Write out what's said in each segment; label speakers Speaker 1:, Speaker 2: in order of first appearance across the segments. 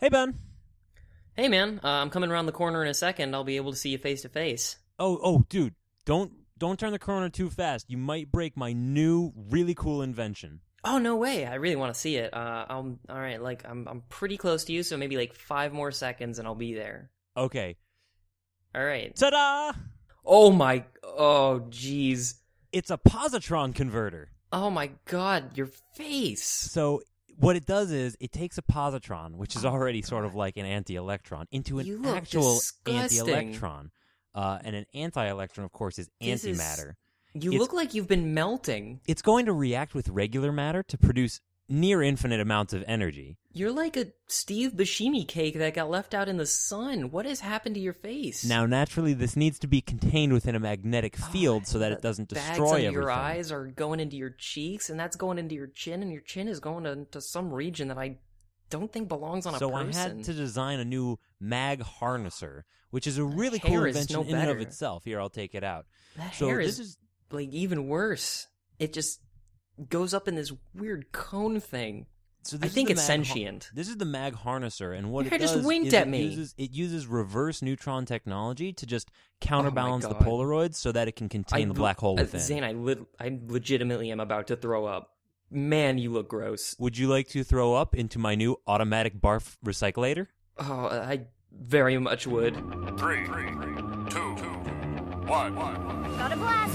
Speaker 1: Hey, Ben.
Speaker 2: Hey, man, uh, I'm coming around the corner in a second. I'll be able to see you face to face.
Speaker 1: Oh, oh, dude, don't don't turn the corner too fast. You might break my new really cool invention.
Speaker 2: Oh no way! I really want to see it. Uh, I'm all right. Like I'm, I'm pretty close to you, so maybe like five more seconds, and I'll be there.
Speaker 1: Okay.
Speaker 2: All right.
Speaker 1: Ta-da!
Speaker 2: Oh my. Oh jeez.
Speaker 1: It's a positron converter.
Speaker 2: Oh my god, your face.
Speaker 1: So what it does is it takes a positron, which is already sort of like an anti-electron, into an
Speaker 2: You look
Speaker 1: actual
Speaker 2: disgusting.
Speaker 1: anti-electron. Uh, and an anti-electron, of course, is
Speaker 2: This is-
Speaker 1: antimatter.
Speaker 2: You
Speaker 1: It's-
Speaker 2: look like you've been melting.
Speaker 1: It's going to react with regular matter to produce near infinite amounts of energy.
Speaker 2: You're like a Steve Buscemi cake that got left out in the sun. What has happened to your face?
Speaker 1: Now, naturally, this needs to be contained within a magnetic field so that it doesn't
Speaker 2: Ah, bags
Speaker 1: destroy
Speaker 2: under
Speaker 1: everything.
Speaker 2: your eyes are going into your cheeks, and that's going into your chin, and your chin is going into some region that I don't think belongs on a
Speaker 1: so
Speaker 2: person.
Speaker 1: I had to design a new mag harnesser, which is a really
Speaker 2: hair
Speaker 1: cool
Speaker 2: is
Speaker 1: invention
Speaker 2: no
Speaker 1: in and of
Speaker 2: better.
Speaker 1: itself. Here, I'll take it out.
Speaker 2: that
Speaker 1: so
Speaker 2: hair
Speaker 1: this
Speaker 2: is, like even worse. It just goes up in this weird cone thing.
Speaker 1: So
Speaker 2: I
Speaker 1: this is
Speaker 2: think
Speaker 1: the
Speaker 2: it's
Speaker 1: mag
Speaker 2: sentient.
Speaker 1: this is the mag harnesser, and what
Speaker 2: Your hair
Speaker 1: it
Speaker 2: just
Speaker 1: does
Speaker 2: winked
Speaker 1: is
Speaker 2: at
Speaker 1: it
Speaker 2: me. Oh
Speaker 1: uses it uses reverse neutron technology to just counterbalance the
Speaker 2: God.
Speaker 1: polaroids so that it can contain the black hole
Speaker 2: uh,
Speaker 1: within.
Speaker 2: Zane, I, lit I legitimately am about to throw up. Man, you look gross.
Speaker 1: Would you like to throw up into my new automatic barf recyclator?
Speaker 2: Oh, I very much would.
Speaker 3: Three, two, one, one.
Speaker 4: Got a blast.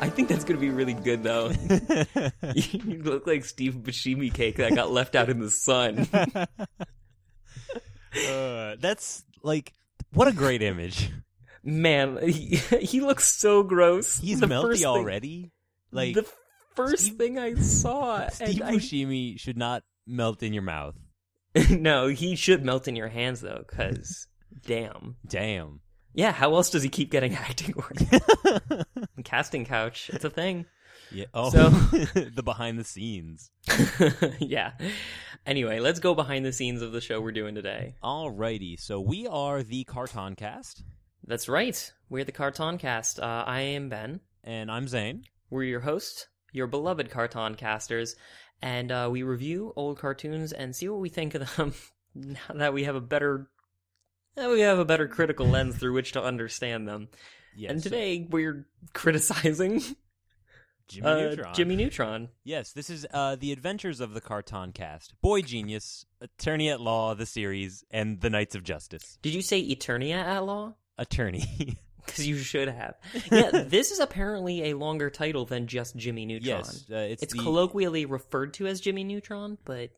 Speaker 2: I think that's gonna be really good though. you look like Steve Buscemi cake that got left out in the sun.
Speaker 1: Uh, that's like what a great image.
Speaker 2: Man, he, he looks so gross.
Speaker 1: He's
Speaker 2: The first
Speaker 1: melty
Speaker 2: thing-
Speaker 1: already. Like
Speaker 2: the first
Speaker 1: Steve-
Speaker 2: thing I saw.
Speaker 1: Steve
Speaker 2: and I-
Speaker 1: Buscemi should not melt in your mouth.
Speaker 2: no, he should melt in your hands though, because damn.
Speaker 1: Damn.
Speaker 2: Yeah, how else does he keep getting acting work? Casting couch, it's a thing.
Speaker 1: Yeah. Oh,
Speaker 2: So-
Speaker 1: the behind the scenes.
Speaker 2: yeah. Anyway, let's go behind the scenes of the show we're doing today.
Speaker 1: Alrighty. So we are the Carton Cast,
Speaker 2: That's right. We're the Carton Cast. Uh, I am Ben.
Speaker 1: and I'm Zane.
Speaker 2: We're your hosts, your beloved Carton Casters, and uh, we review old cartoons and see what we think of them. now that we have a better, now we have a better critical lens through which to understand them.
Speaker 1: Yes.
Speaker 2: and today we're criticizing
Speaker 1: Jimmy
Speaker 2: uh,
Speaker 1: Neutron.
Speaker 2: Jimmy Neutron.
Speaker 1: Yes, this is uh, the Adventures of the Carton Cast, Boy Genius, Attorney at Law, the series, and the Knights of Justice.
Speaker 2: Did you say Eternia at law?
Speaker 1: Attorney.
Speaker 2: Because you should have. Yeah, this is apparently a longer title than just Jimmy Neutron.
Speaker 1: yes, uh, it's,
Speaker 2: it's
Speaker 1: the,
Speaker 2: colloquially referred to as Jimmy Neutron, but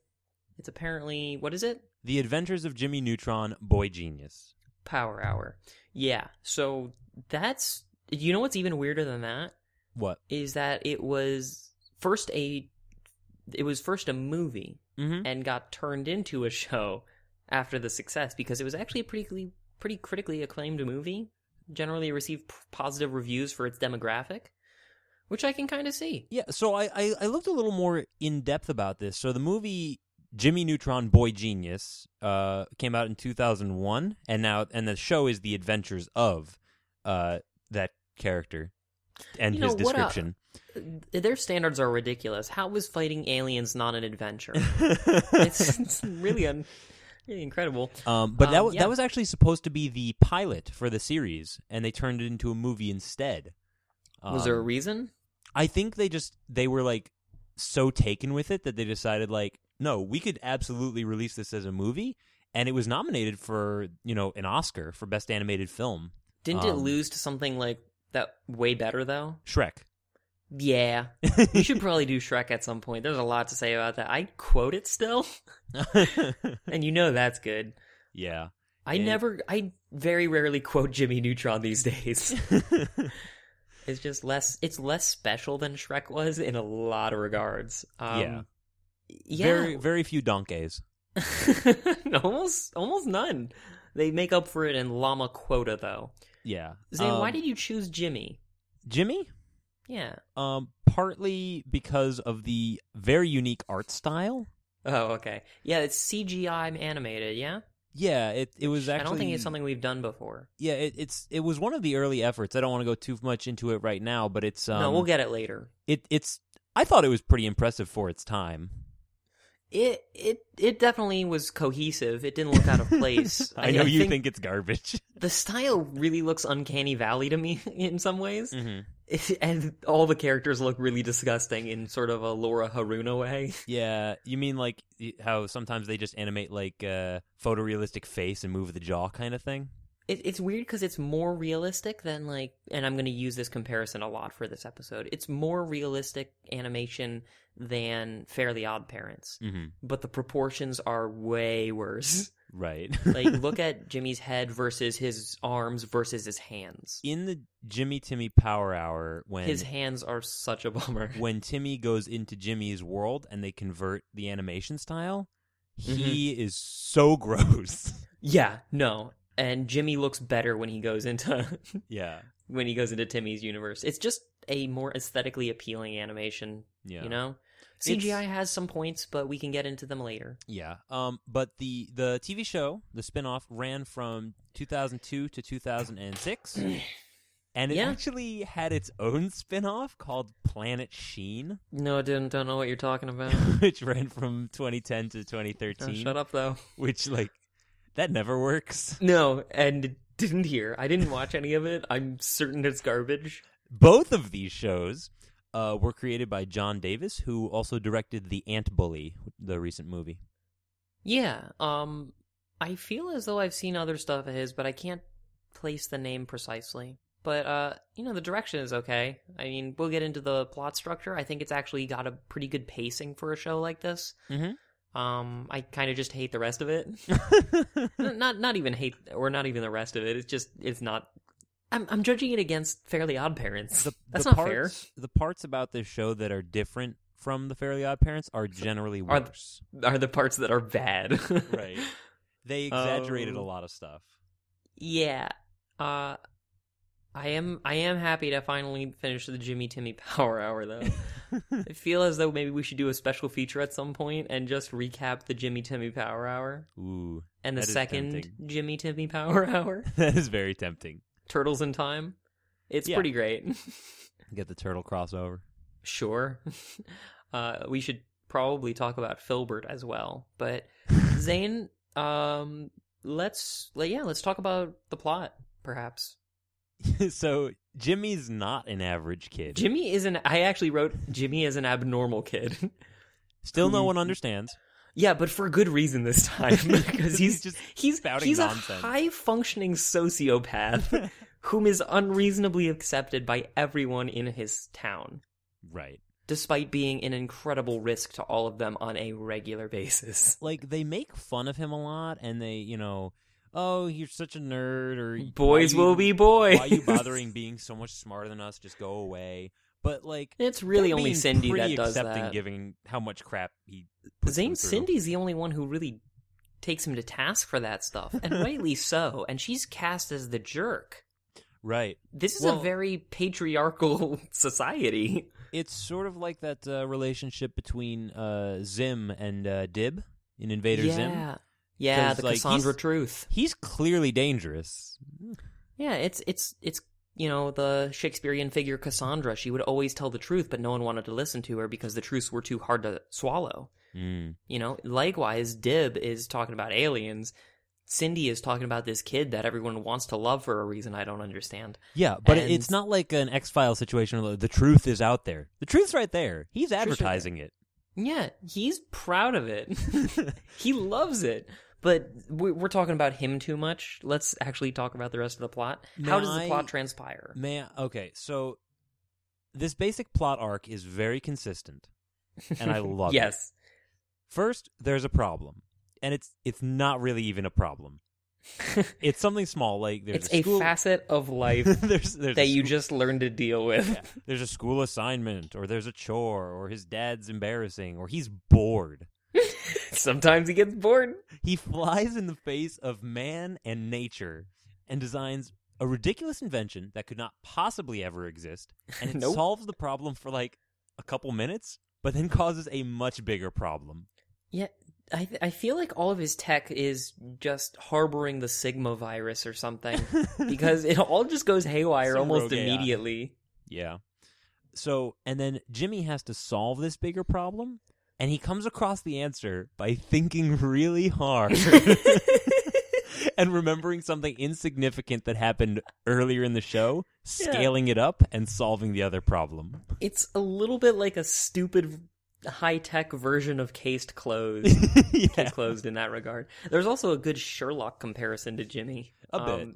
Speaker 2: it's apparently what is it?
Speaker 1: the Adventures of Jimmy Neutron, Boy Genius.
Speaker 2: Power Hour. Yeah. So that's you know what's even weirder than that
Speaker 1: What?
Speaker 2: is that it was first a it was first a movie
Speaker 1: Mm-hmm.
Speaker 2: and got turned into a show after the success because it was actually a pretty pretty critically acclaimed movie. Generally received p- positive reviews for its demographic, which I can kind of see.
Speaker 1: Yeah, so I, I, I looked a little more in depth about this. So the movie Jimmy Neutron Boy Genius uh, came out in 2001, and now and the show is the adventures of uh, that character and
Speaker 2: You know,
Speaker 1: his
Speaker 2: what a-
Speaker 1: description.
Speaker 2: Uh, Their standards are ridiculous. How was fighting aliens not an adventure? it's, it's really un, really incredible.
Speaker 1: um, but that
Speaker 2: um,
Speaker 1: was,
Speaker 2: yeah.
Speaker 1: that was actually supposed to be the pilot for the series, and they turned it into a movie instead.
Speaker 2: was there a
Speaker 1: Um,
Speaker 2: reason?
Speaker 1: I think they just they were like so taken with it that they decided like no, we could absolutely release this as a movie and it was nominated for, you know, an Oscar for best animated film.
Speaker 2: Didn't it
Speaker 1: um,
Speaker 2: lose to something like that way better though?
Speaker 1: Shrek.
Speaker 2: Yeah. we should probably do Shrek at some point. There's a lot to say about that. I quote it still, and you know that's good.
Speaker 1: yeah.
Speaker 2: I
Speaker 1: Yeah.
Speaker 2: never I very rarely quote Jimmy Neutron these days. it's just less it's less special than Shrek was in a lot of regards. Um,
Speaker 1: Yeah.
Speaker 2: Yeah.
Speaker 1: Very very few donkeys.
Speaker 2: almost almost none. They make up for it in llama quota though.
Speaker 1: yeah.
Speaker 2: Zane, why
Speaker 1: Um,
Speaker 2: did you choose Jimmy?
Speaker 1: Jimmy?
Speaker 2: Yeah.
Speaker 1: Um, partly because of the very unique art style.
Speaker 2: Oh, okay. Yeah, it's CGI animated. Yeah,
Speaker 1: Yeah, it it was actually.
Speaker 2: I don't think it's something we've done before.
Speaker 1: Yeah, it, it's it was one of the early efforts. I don't want to go too much into it right now, but it's um,
Speaker 2: no, we'll get it later.
Speaker 1: it. It's I thought it was pretty impressive for its time.
Speaker 2: It it it definitely was cohesive. It didn't look out of place.
Speaker 1: I know you think... it's garbage.
Speaker 2: the style really looks uncanny valley to me in some ways,
Speaker 1: mm-hmm.
Speaker 2: and all the characters look really disgusting in sort of a Laura Haruna way.
Speaker 1: Yeah, you mean like y- how sometimes they just animate like uh, photorealistic face and move the jaw kind of thing?
Speaker 2: It, it's weird because it's more realistic than like, and I'm going to use this comparison a lot for this episode. It's more realistic animation than Fairly Odd Parents,
Speaker 1: Mm-hmm.
Speaker 2: but the proportions are way worse.
Speaker 1: Right.
Speaker 2: like, look at Jimmy's head versus his arms versus his hands.
Speaker 1: in the Jimmy Timmy Power Hour when
Speaker 2: His hands are such a bummer.
Speaker 1: when Timmy goes into Jimmy's world and they convert the animation style,
Speaker 2: Mm-hmm.
Speaker 1: he is so gross.
Speaker 2: Yeah, no. And Jimmy looks better when he goes into
Speaker 1: yeah.
Speaker 2: when he goes into Timmy's universe. It's just a more aesthetically appealing animation,
Speaker 1: Yeah.
Speaker 2: you know?
Speaker 1: It's-
Speaker 2: CGI has some points, but we can get into them later.
Speaker 1: Yeah. Um but the the TV show, the spin-off ran from 2002 to 2006. And it
Speaker 2: Yeah.
Speaker 1: actually had its own spin-off called Planet Sheen,
Speaker 2: No, I didn't don't know what you're talking about.
Speaker 1: which ran from 2010 to 2013,
Speaker 2: Oh, shut up though.
Speaker 1: which like that never works.
Speaker 2: No, and didn't hear. I didn't watch any of it. I'm certain it's garbage.
Speaker 1: Both of these shows uh, were created by John Davis, who also directed The Ant Bully, the recent movie.
Speaker 2: Yeah, um I feel as though I've seen other stuff of his, but I can't place the name precisely. But uh, you know, the direction is okay. I mean, we'll get into the plot structure. I think it's actually got a pretty good pacing for a show like this.
Speaker 1: Mhm.
Speaker 2: Um, I kind of just hate the rest of it. N- not not even hate or not even the rest of it. It's just it's not I'm I'm judging it against Fairly Odd Parents. That's
Speaker 1: the
Speaker 2: not
Speaker 1: parts,
Speaker 2: fair.
Speaker 1: The parts about this show that are different from The Fairly Odd Parents are generally
Speaker 2: Are-
Speaker 1: worse.
Speaker 2: Are the parts that are bad.
Speaker 1: They exaggerated a
Speaker 2: Um,
Speaker 1: lot of stuff.
Speaker 2: Yeah. Uh I am I am happy to finally finish the Jimmy Timmy Power Hour though. I feel as though maybe we should do a special feature at some point and just recap the Jimmy Timmy Power Hour
Speaker 1: Ooh,
Speaker 2: and the
Speaker 1: That is
Speaker 2: second
Speaker 1: tempting.
Speaker 2: Jimmy Timmy Power Hour,
Speaker 1: that is very tempting.
Speaker 2: Turtles in Time. It's
Speaker 1: Yeah.
Speaker 2: pretty great.
Speaker 1: Get the turtle crossover.
Speaker 2: sure. Uh we should probably talk about Filbert as well, but Zane, um let's yeah, let's talk about the plot perhaps.
Speaker 1: so Jimmy's not an average kid.
Speaker 2: Jimmy is an. I actually wrote Jimmy is an abnormal kid.
Speaker 1: Still, no one understands.
Speaker 2: yeah, but for good reason this time because he's just he's
Speaker 1: spouting
Speaker 2: he's a
Speaker 1: nonsense.
Speaker 2: high functioning sociopath whom is unreasonably accepted by everyone in his town,
Speaker 1: Right.
Speaker 2: despite being an incredible risk to all of them on a regular basis.
Speaker 1: like they make fun of him a lot and they you know oh you're such a nerd or
Speaker 2: Boys
Speaker 1: why you-
Speaker 2: will be boys.
Speaker 1: why are you bothering being so much smarter than us just go away but like
Speaker 2: It's really
Speaker 1: they're
Speaker 2: only
Speaker 1: being
Speaker 2: Cindy
Speaker 1: pretty
Speaker 2: that does
Speaker 1: accepting
Speaker 2: that.
Speaker 1: given how much crap he puts
Speaker 2: Zane
Speaker 1: them through.
Speaker 2: Cindy's the only one who really takes him to task for that stuff, and rightly so. And she's cast as the jerk.
Speaker 1: right
Speaker 2: This is
Speaker 1: Well-
Speaker 2: a very patriarchal society.
Speaker 1: it's sort of like that uh, relationship between uh, Zim and uh, Dib in Invader Zim
Speaker 2: yeah, yeah,
Speaker 1: 'Cause,
Speaker 2: the
Speaker 1: like,
Speaker 2: Cassandra
Speaker 1: he's-
Speaker 2: truth.
Speaker 1: he's clearly dangerous
Speaker 2: Yeah, it's it's it's you know the Shakespearean figure Cassandra. She would always tell the truth, but no one wanted to listen to her because the truths were too hard to swallow.
Speaker 1: mm.
Speaker 2: You know, likewise, Dib is talking about aliens. Cindy is talking about this kid that everyone wants to love for a reason I don't understand.
Speaker 1: yeah but
Speaker 2: And-
Speaker 1: it's not like an X-Files situation where the truth is out there the truth's right there he's
Speaker 2: right there.
Speaker 1: advertising it
Speaker 2: Yeah, he's proud of it. he loves it. But we- we're talking about him too much. Let's actually talk about the rest of the plot. How
Speaker 1: May
Speaker 2: does the
Speaker 1: I-
Speaker 2: plot transpire?
Speaker 1: Man, okay, so this basic plot arc is very consistent, and I love it.
Speaker 2: yes.
Speaker 1: First, there's a problem, and it's it's not really even a problem. It's something small, like there's
Speaker 2: It's
Speaker 1: a
Speaker 2: a
Speaker 1: school.
Speaker 2: facet of life
Speaker 1: there's there's a
Speaker 2: that you
Speaker 1: school-
Speaker 2: just learn to deal with.
Speaker 1: yeah, there's a school assignment, or there's a chore, or his dad's embarrassing, or he's bored.
Speaker 2: Sometimes he gets bored.
Speaker 1: He flies in the face of man and nature, and designs a ridiculous invention that could not possibly ever exist, and it
Speaker 2: Nope.
Speaker 1: solves the problem for like a couple minutes, but then causes a much bigger problem.
Speaker 2: Yeah, I th- I feel like all of his tech is just harboring the Sigma virus or something because it all just goes haywire
Speaker 1: Some
Speaker 2: almost
Speaker 1: rogue AI.
Speaker 2: immediately.
Speaker 1: Yeah. So, and then Jimmy has to solve this bigger problem, and he comes across the answer by thinking really hard and remembering something insignificant that happened earlier in the show, scaling it up, and solving the other problem.
Speaker 2: It's a little bit like a stupid high tech version of cased closed.
Speaker 1: yeah.
Speaker 2: Case closed in that regard. There's also a good Sherlock comparison to Jimmy.
Speaker 1: A
Speaker 2: bit.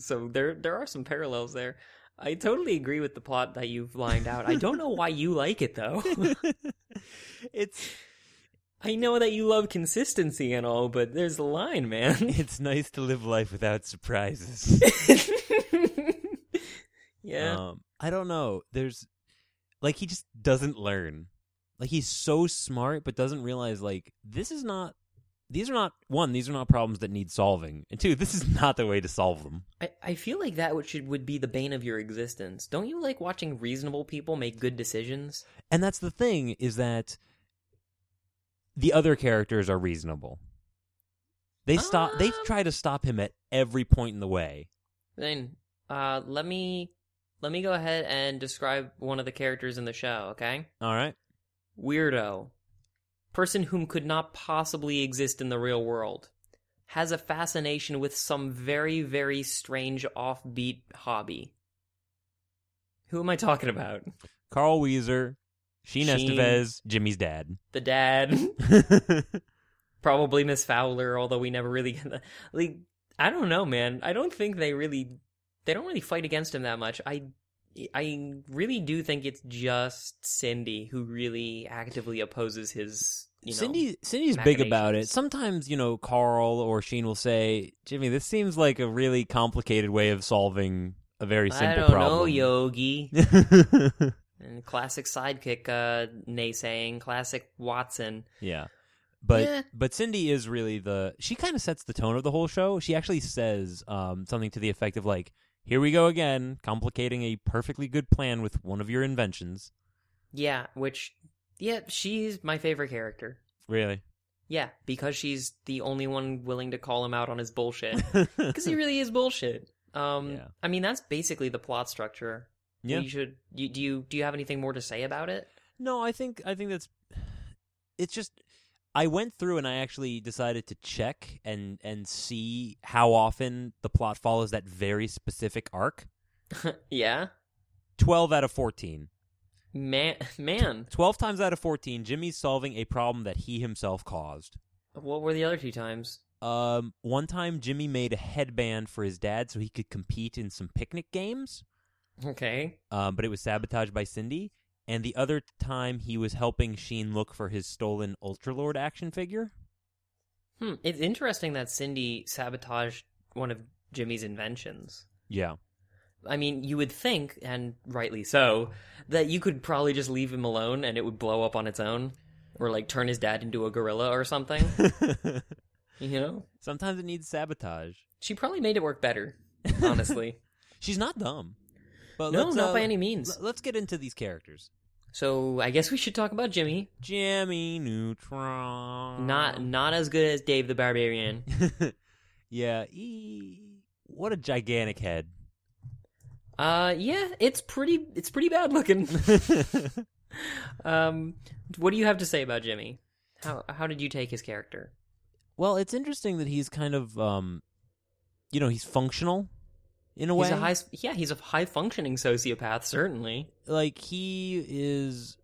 Speaker 2: So there there are some parallels there. I totally agree with the plot that you've lined out. I don't know why you like it though.
Speaker 1: It's
Speaker 2: I know that you love consistency and all, but there's a line, man.
Speaker 1: it's nice to live life without surprises.
Speaker 2: yeah.
Speaker 1: Um, I don't know. There's like he just doesn't learn. Like he's so smart, but doesn't realize like this is not. These are not one. These are not problems that need solving, and two, this is not the way to solve them.
Speaker 2: I, I feel like that would should would be the bane of your existence. Don't you like watching reasonable people make good decisions?
Speaker 1: And that's the thing is that the other characters are reasonable. They stop. they
Speaker 2: Um.
Speaker 1: try to stop him at every point in the way.
Speaker 2: Then uh let me let me go ahead and describe one of the characters in the show, okay?
Speaker 1: All right.
Speaker 2: Weirdo. Person whom could not possibly exist in the real world. Has a fascination with some very, very strange offbeat hobby. Who am I talking about?
Speaker 1: Carl Weezer, Sheen,
Speaker 2: Sheen.
Speaker 1: Estevez, Jimmy's dad.
Speaker 2: The dad. Probably Miss Fowler, although we never really get the like I don't know, man. I don't think they really they don't really fight against him that much. I I really do think it's just Cindy who really actively opposes his you know
Speaker 1: Cindy Cindy's big about it.
Speaker 2: machinations.
Speaker 1: Sometimes, you know, Carl or Sheen will say, "Jimmy, this seems like a really complicated way of solving a very simple
Speaker 2: I don't
Speaker 1: problem."
Speaker 2: know, Yogi.
Speaker 1: yo.
Speaker 2: And classic sidekick uh, naysaying, classic Watson.
Speaker 1: yeah. But
Speaker 2: Yeah.
Speaker 1: but Cindy is really the she kind of sets the tone of the whole show. She actually says um, something to the effect of like, "Here we go again, complicating a perfectly good plan with one of your inventions."
Speaker 2: Yeah, which, yeah, she's my favorite character.
Speaker 1: Really?
Speaker 2: Yeah, because she's the only one willing to call him out on his bullshit. Because he really is bullshit. Um,
Speaker 1: Yeah.
Speaker 2: I mean, that's basically the plot structure.
Speaker 1: Yeah.
Speaker 2: You should. You, do you do you have anything more to say about it?
Speaker 1: No, I think I think that's it's just I went through and I actually decided to check and and see how often the plot follows that very specific arc.
Speaker 2: yeah,
Speaker 1: 12 out of 14.
Speaker 2: man, man.
Speaker 1: 12 times out of 14 Jimmy's solving a problem that he himself caused.
Speaker 2: What were the other two times?
Speaker 1: Um one time Jimmy made a headband for his dad so he could compete in some picnic games.
Speaker 2: Okay.
Speaker 1: um, but it was sabotaged by Cindy. And the other time he was helping Sheen look for his stolen Ultralord action figure.
Speaker 2: Hmm. It's interesting that Cindy sabotaged one of Jimmy's inventions.
Speaker 1: Yeah.
Speaker 2: I mean, you would think, and rightly so, that you could probably just leave him alone and it would blow up on its own, or like turn his dad into a gorilla or something. you know,
Speaker 1: Sometimes it needs sabotage.
Speaker 2: she probably made it work better, honestly.
Speaker 1: She's not dumb. But
Speaker 2: no,
Speaker 1: let's,
Speaker 2: not
Speaker 1: uh,
Speaker 2: by any means.
Speaker 1: l- let's get into these characters.
Speaker 2: So I guess we should talk about Jimmy.
Speaker 1: Jimmy Neutron.
Speaker 2: Not not as good as Dave the Barbarian.
Speaker 1: yeah. He... What a gigantic head.
Speaker 2: Uh, yeah, it's pretty it's pretty bad looking. um, what do you have to say about Jimmy? How how did you take his character?
Speaker 1: well, it's interesting that he's kind of, um, you know, he's functional in a way.
Speaker 2: He's a high, s- yeah, he's a high functioning sociopath, certainly.
Speaker 1: like he is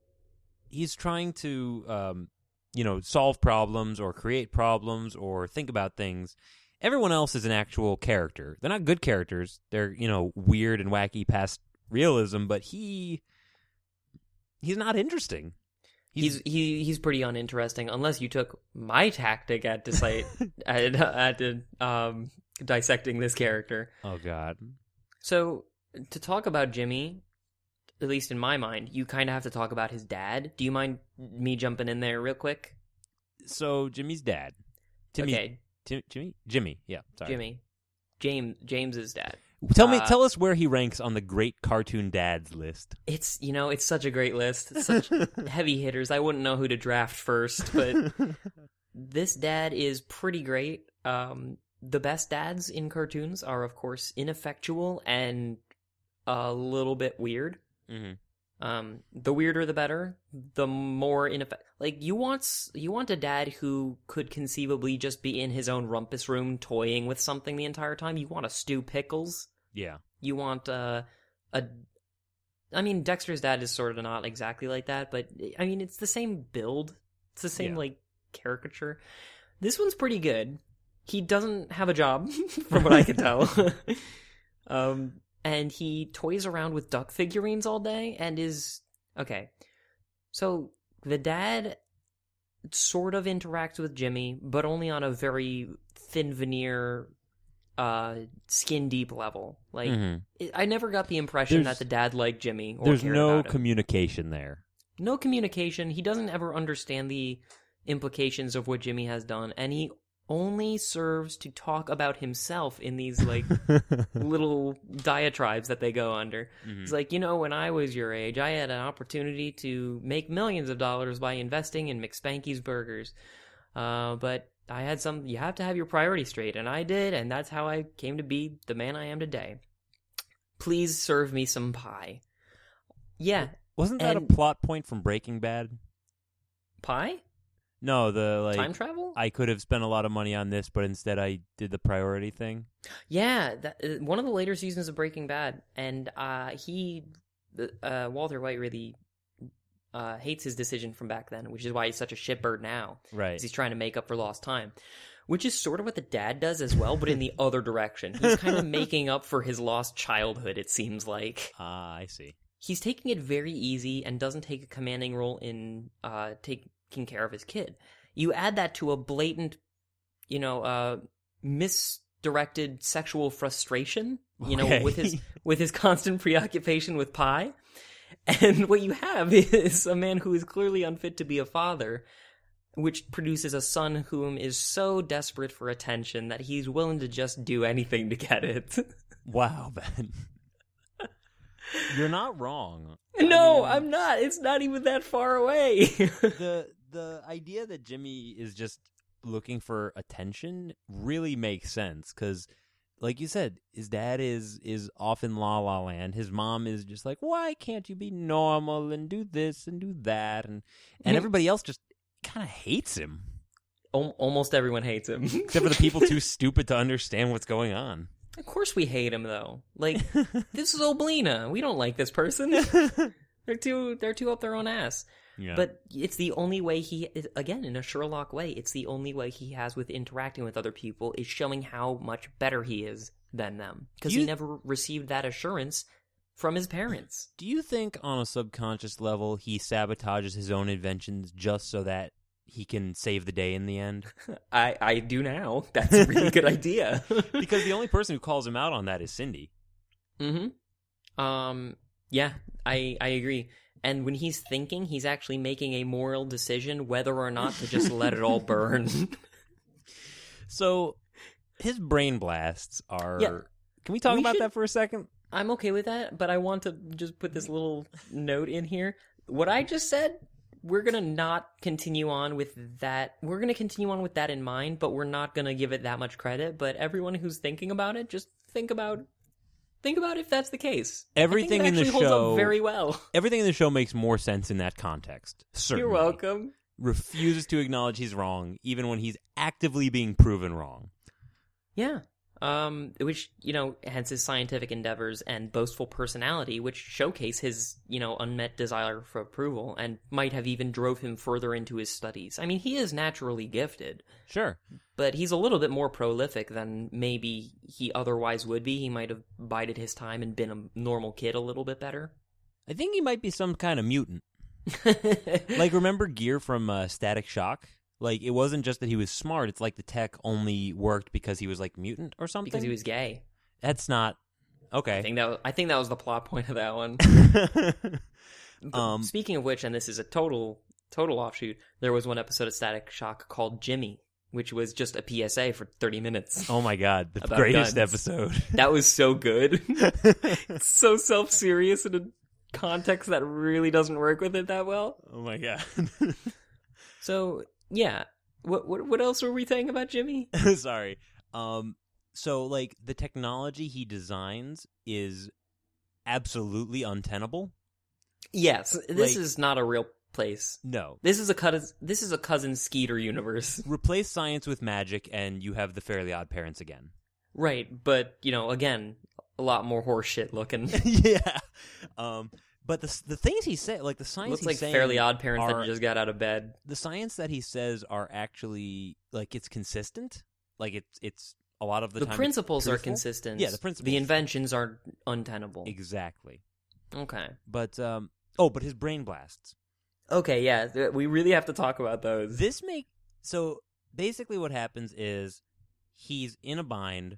Speaker 1: he's trying to um you know solve problems or create problems or think about things everyone else is an actual character they're not good characters they're you know weird and wacky past realism but he he's not interesting
Speaker 2: He's he he's pretty uninteresting unless you took my tactic at decide at, at um dissecting this character.
Speaker 1: oh god
Speaker 2: So to talk about Jimmy, at least in my mind, you kind of have to talk about his dad. Do you mind me jumping in there real quick?
Speaker 1: so jimmy's dad timmy
Speaker 2: okay,
Speaker 1: Tim, jimmy jimmy yeah sorry
Speaker 2: Jimmy, James James's dad.
Speaker 1: Tell me,
Speaker 2: Uh,
Speaker 1: tell us where he ranks on the great cartoon dads list.
Speaker 2: It's you know, it's such a great list. It's such heavy hitters. I wouldn't know who to draft first, but this dad is pretty great. Um, the best dads in cartoons are, of course, ineffectual and a little bit weird.
Speaker 1: Mhm.
Speaker 2: Um, the weirder the better. The more ineffect like you want s- you want a dad who could conceivably just be in his own rumpus room toying with something the entire time. You want to stew pickles.
Speaker 1: Yeah,
Speaker 2: You want uh, a. I mean, Dexter's dad is sort of not exactly like that, but I mean, it's the same build. It's the same
Speaker 1: Yeah.
Speaker 2: like caricature. This one's pretty good. He doesn't have a job, from what I can tell. um, and he toys around with duck figurines all day and is okay. So the dad sort of interacts with Jimmy, but only on a very thin veneer, uh, skin deep level. Like
Speaker 1: Mhm.
Speaker 2: it- I never got the impression
Speaker 1: There's-
Speaker 2: that the dad liked Jimmy. Or
Speaker 1: there's
Speaker 2: cared
Speaker 1: no
Speaker 2: about him.
Speaker 1: communication there.
Speaker 2: no communication. He doesn't ever understand the implications of what Jimmy has done, and he only serves to talk about himself in these like little diatribes that they go under. It's like, you know, when I was your age, I had an opportunity to make millions of dollars by investing in McSpanky's burgers. Uh, but I had some, you have to have your priorities straight, and I did, and that's how I came to be the man I am today. Please serve me some pie. Yeah,
Speaker 1: Wasn't that
Speaker 2: and-
Speaker 1: a plot point from Breaking Bad?
Speaker 2: pie?
Speaker 1: No, the like
Speaker 2: Time travel?
Speaker 1: I could have spent a lot of money on this, but instead I did the priority thing.
Speaker 2: Yeah, that, uh, one of the later seasons of Breaking Bad, and uh, he, the- uh, Walter White, really uh, hates his decision from back then, which is why he's such a shitbird now.
Speaker 1: Right.
Speaker 2: 'cause he's trying to make up for lost time, which is sort of what the dad does as well, but in the other direction. He's kind of making up for his lost childhood. It seems like
Speaker 1: Ah, I see.
Speaker 2: he's taking it very easy and doesn't take a commanding role in uh, taking care of his kid. You add that to a blatant, you know, uh, misdirected sexual frustration, you
Speaker 1: Okay.
Speaker 2: know, with his with his constant preoccupation with pie, and what you have is a man who is clearly unfit to be a father. Which produces a son whom is so desperate for attention that he's willing to just do anything to get it.
Speaker 1: Wow, Ben. You're not wrong.
Speaker 2: no,
Speaker 1: I mean-
Speaker 2: I'm not. It's not even that far away.
Speaker 1: the the idea that Jimmy is just looking for attention really makes sense because, like you said, his dad is is off in La La Land. His mom is just like, why can't you be normal and do this and do that and and
Speaker 2: Mhm.
Speaker 1: everybody else just kind of hates him
Speaker 2: Al- almost everyone hates him.
Speaker 1: except for the people too stupid to understand what's going on.
Speaker 2: of course we hate him though. Like this is Oblina. We don't like this person. they're too they're too up their own ass.
Speaker 1: Yeah.
Speaker 2: But it's the only way he again in a Sherlock way, it's the only way he has with interacting with other people is showing how much better he is than them because
Speaker 1: You-
Speaker 2: he never received that assurance from his parents.
Speaker 1: Do you think on a subconscious level he sabotages his own inventions just so that he can save the day in the end?
Speaker 2: I I do now. That's a really good idea.
Speaker 1: Because the only person who calls him out on that is Cindy.
Speaker 2: Mm-hmm. Um. Yeah, I I agree. And when he's thinking, he's actually making a moral decision whether or not to just let it all burn.
Speaker 1: So his brain blasts are
Speaker 2: Yeah.
Speaker 1: Can we talk
Speaker 2: We
Speaker 1: about
Speaker 2: should-
Speaker 1: that for a second?
Speaker 2: I'm okay with that, but I want to just put this little note in here. What I just said, we're gonna not continue on with that. We're gonna continue on with that in mind, but we're not gonna give it that much credit. But everyone who's thinking about it, just think about think about if that's the case. I think
Speaker 1: Everything
Speaker 2: it
Speaker 1: in the
Speaker 2: actually holds
Speaker 1: show-
Speaker 2: up very well.
Speaker 1: Everything in the show makes more sense in that context. Certainly.
Speaker 2: You're welcome.
Speaker 1: Refuses to acknowledge he's wrong even when he's actively being proven wrong.
Speaker 2: Yeah. Um, which, you know, hence his scientific endeavors and boastful personality, which showcase his, you know, unmet desire for approval and might have even drove him further into his studies. I mean, he is naturally gifted,
Speaker 1: Sure.
Speaker 2: but he's a little bit more prolific than maybe he otherwise would be. He might have bided his time and been a normal kid a little bit better.
Speaker 1: I think he might be some kind of mutant. like remember gear from uh, static shock like it wasn't just that he was smart it's like the tech only worked because he was like mutant or something
Speaker 2: because he was gay.
Speaker 1: that's not
Speaker 2: I
Speaker 1: okay
Speaker 2: think that was, I think that was the plot point of that one.
Speaker 1: um
Speaker 2: Speaking of which, and this is a total total offshoot, there was one episode of Static Shock called Jimmy, which was just a PSA for 30 minutes.
Speaker 1: Oh my god, the
Speaker 2: About
Speaker 1: greatest
Speaker 2: guns.
Speaker 1: episode.
Speaker 2: That was so good. It's so self serious in a context that really doesn't work with it that well.
Speaker 1: oh my god.
Speaker 2: So yeah, what what what else were we saying about Jimmy?
Speaker 1: Sorry. Um so like the technology he designs is absolutely untenable?
Speaker 2: Yes, this
Speaker 1: Like-
Speaker 2: is not a real place.
Speaker 1: No.
Speaker 2: This is a cousin. This is a cousin Skeeter universe,
Speaker 1: Replace science with magic and you have the fairly odd parents again.
Speaker 2: right? But you know, again, a lot more horseshit looking.
Speaker 1: yeah. Um but the s- the things he said like the science
Speaker 2: Looks
Speaker 1: he's
Speaker 2: like
Speaker 1: saying
Speaker 2: Fairly Odd Parents
Speaker 1: are-
Speaker 2: that just got out of bed.
Speaker 1: the science that he says are actually like it's consistent. Like it's it's a lot of the,
Speaker 2: The,
Speaker 1: time it's
Speaker 2: principles are
Speaker 1: truthful.
Speaker 2: consistent.
Speaker 1: Yeah, the principles.
Speaker 2: The inventions are untenable.
Speaker 1: Exactly.
Speaker 2: Okay.
Speaker 1: But um oh, but his brain blasts.
Speaker 2: Okay. Yeah, th- we really have to talk about those.
Speaker 1: This make so basically what happens is he's in a bind.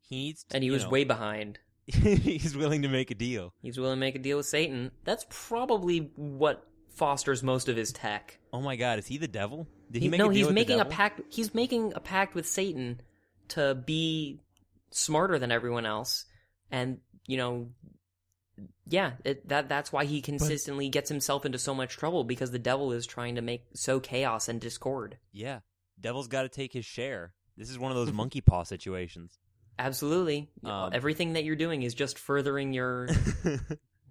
Speaker 1: He needs to,
Speaker 2: And he
Speaker 1: you
Speaker 2: was
Speaker 1: know,
Speaker 2: way behind.
Speaker 1: he's willing to make a deal.
Speaker 2: He's willing to make a deal with Satan. That's probably what fosters most of his tech.
Speaker 1: Oh my god, is he the devil? Did
Speaker 2: He-
Speaker 1: he make
Speaker 2: no,
Speaker 1: a deal
Speaker 2: he's
Speaker 1: with the
Speaker 2: making a
Speaker 1: devil?
Speaker 2: pact. He's making a pact with Satan to be smarter than everyone else, and you know, yeah, it, that that's why he consistently gets himself into so much trouble because the devil is trying to make so chaos and discord.
Speaker 1: Yeah. Devil's got to take his share. This is one of those monkey paw situations.
Speaker 2: Absolutely,
Speaker 1: Um,
Speaker 2: everything that you're doing is just furthering your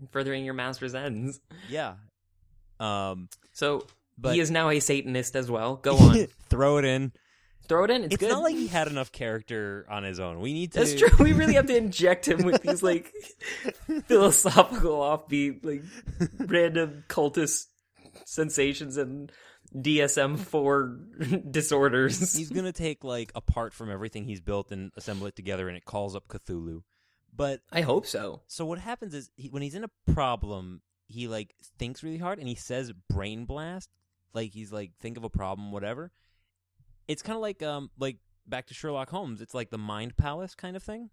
Speaker 2: furthering your master's ends.
Speaker 1: yeah. Um
Speaker 2: So
Speaker 1: but
Speaker 2: he is now a Satanist as well. Go on,
Speaker 1: throw it in.
Speaker 2: throw it in. It's,
Speaker 1: It's,
Speaker 2: good.
Speaker 1: not like he had enough character on his own. We need to
Speaker 2: That's true. We really have to inject him with these like philosophical offbeat, like random cultist sensations and DSM four disorders.
Speaker 1: he's gonna take like a part from everything he's built and assemble it together and it calls up cthulhu but
Speaker 2: I hope so.
Speaker 1: so what happens is he, when he's in a problem he like thinks really hard and he says brain blast like he's like think of a problem whatever it's kind of like um like back to sherlock holmes it's like the mind palace kind of thing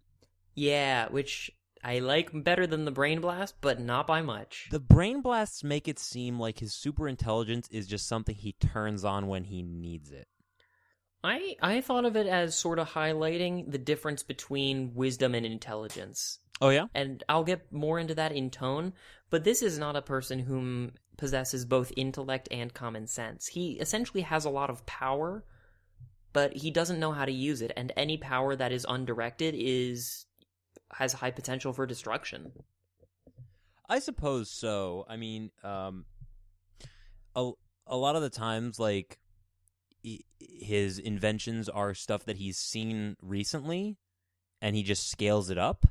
Speaker 2: Yeah, which I like better than the brain blast, but not by much.
Speaker 1: the brain blasts make it seem like his super intelligence is just something he turns on when he needs it
Speaker 2: I I thought of it as sort of highlighting the difference between wisdom and intelligence.
Speaker 1: oh yeah
Speaker 2: and I'll get more into that in tone, but this is not a person whom possesses both intellect and common sense. He essentially has a lot of power, but he doesn't know how to use it, and any power that is undirected is has high potential for destruction.
Speaker 1: I suppose so. I mean, um, a a lot of the times, like i- his inventions are stuff that he's seen recently, and he just scales it up.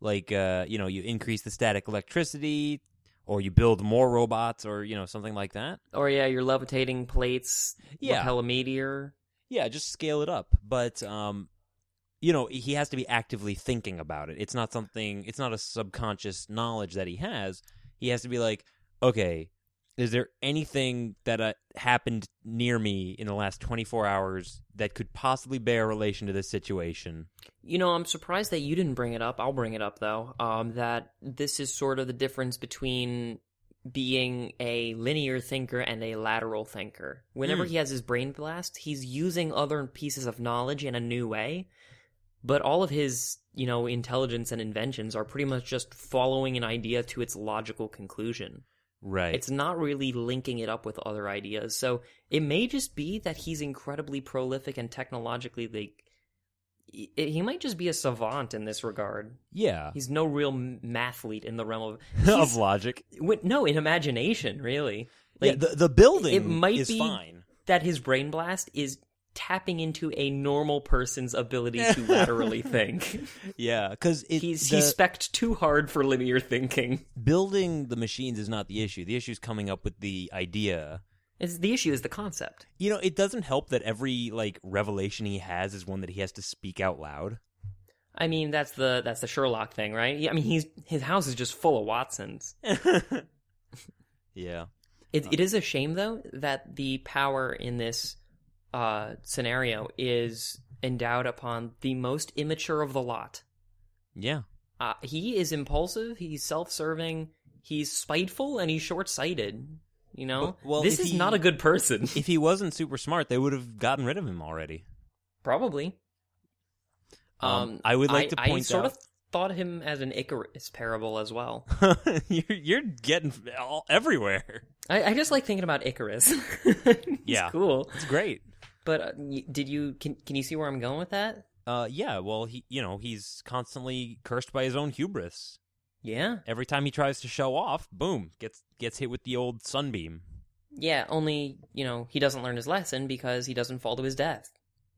Speaker 1: Like, uh, you know, you increase the static electricity, or you build more robots, or you know, something like that.
Speaker 2: Or Oh, yeah, your levitating plates
Speaker 1: Yeah.
Speaker 2: repel a meteor.
Speaker 1: Yeah, just scale it up. But um, you know, he has to be actively thinking about it. It's not something. It's not a subconscious knowledge that he has. He has to be like, okay, is there anything that uh, happened near me in the last twenty four hours that could possibly bear relation to this situation?
Speaker 2: You know, I'm surprised that you didn't bring it up. I'll bring it up though. Um, that this is sort of the difference between being a linear thinker and a lateral thinker. Whenever
Speaker 1: Hmm.
Speaker 2: he has his brain blast, he's using other pieces of knowledge in a new way. But all of his, you know, intelligence and inventions are pretty much just following an idea to its logical conclusion.
Speaker 1: Right.
Speaker 2: It's not really linking it up with other ideas. So it may just be that he's incredibly prolific and technologically like he- he might just be a savant in this regard.
Speaker 1: yeah.
Speaker 2: He's no real m- mathlete in the realm of
Speaker 1: of
Speaker 2: he's-
Speaker 1: logic.
Speaker 2: wi- no in imagination really.
Speaker 1: Like
Speaker 2: Like
Speaker 1: the the building
Speaker 2: it might
Speaker 1: is
Speaker 2: be-
Speaker 1: fine.
Speaker 2: that his brain blast is tapping into a normal person's ability to laterally think.
Speaker 1: Yeah, because
Speaker 2: He's he specced too hard for linear thinking.
Speaker 1: building the machines is not the issue. The issue is coming up with the idea
Speaker 2: It's, the issue is the concept.
Speaker 1: You know, it doesn't help that every like revelation he has is one that he has to speak out loud.
Speaker 2: I mean, that's the that's the Sherlock thing, right? Yeah, I mean, he's his house is just full of Watsons.
Speaker 1: Yeah.
Speaker 2: It, it is a shame though that the power in this uh, scenario is endowed upon the most immature of the lot.
Speaker 1: Yeah.
Speaker 2: Uh, he is impulsive. He's self-serving. He's spiteful, and he's short-sighted. You know,
Speaker 1: But- well,
Speaker 2: this
Speaker 1: if
Speaker 2: is
Speaker 1: he-
Speaker 2: not a good person.
Speaker 1: If he wasn't super smart, they would have gotten rid of him already.
Speaker 2: Probably.
Speaker 1: Um, I would like to
Speaker 2: I
Speaker 1: point
Speaker 2: sort
Speaker 1: out-
Speaker 2: of thought him as an Icarus parable as well.
Speaker 1: you're, you're getting all, everywhere.
Speaker 2: I, I just like thinking about Icarus.
Speaker 1: Yeah.
Speaker 2: yeah, cool.
Speaker 1: It's great.
Speaker 2: But uh, y- did you can can you see where I'm going with that?
Speaker 1: Uh, yeah. Well, he, you know, he's constantly cursed by his own hubris.
Speaker 2: Yeah,
Speaker 1: Every time he tries to show off, boom, gets gets hit with the old sunbeam.
Speaker 2: yeah. Only you know he doesn't learn his lesson because he doesn't fall to his death.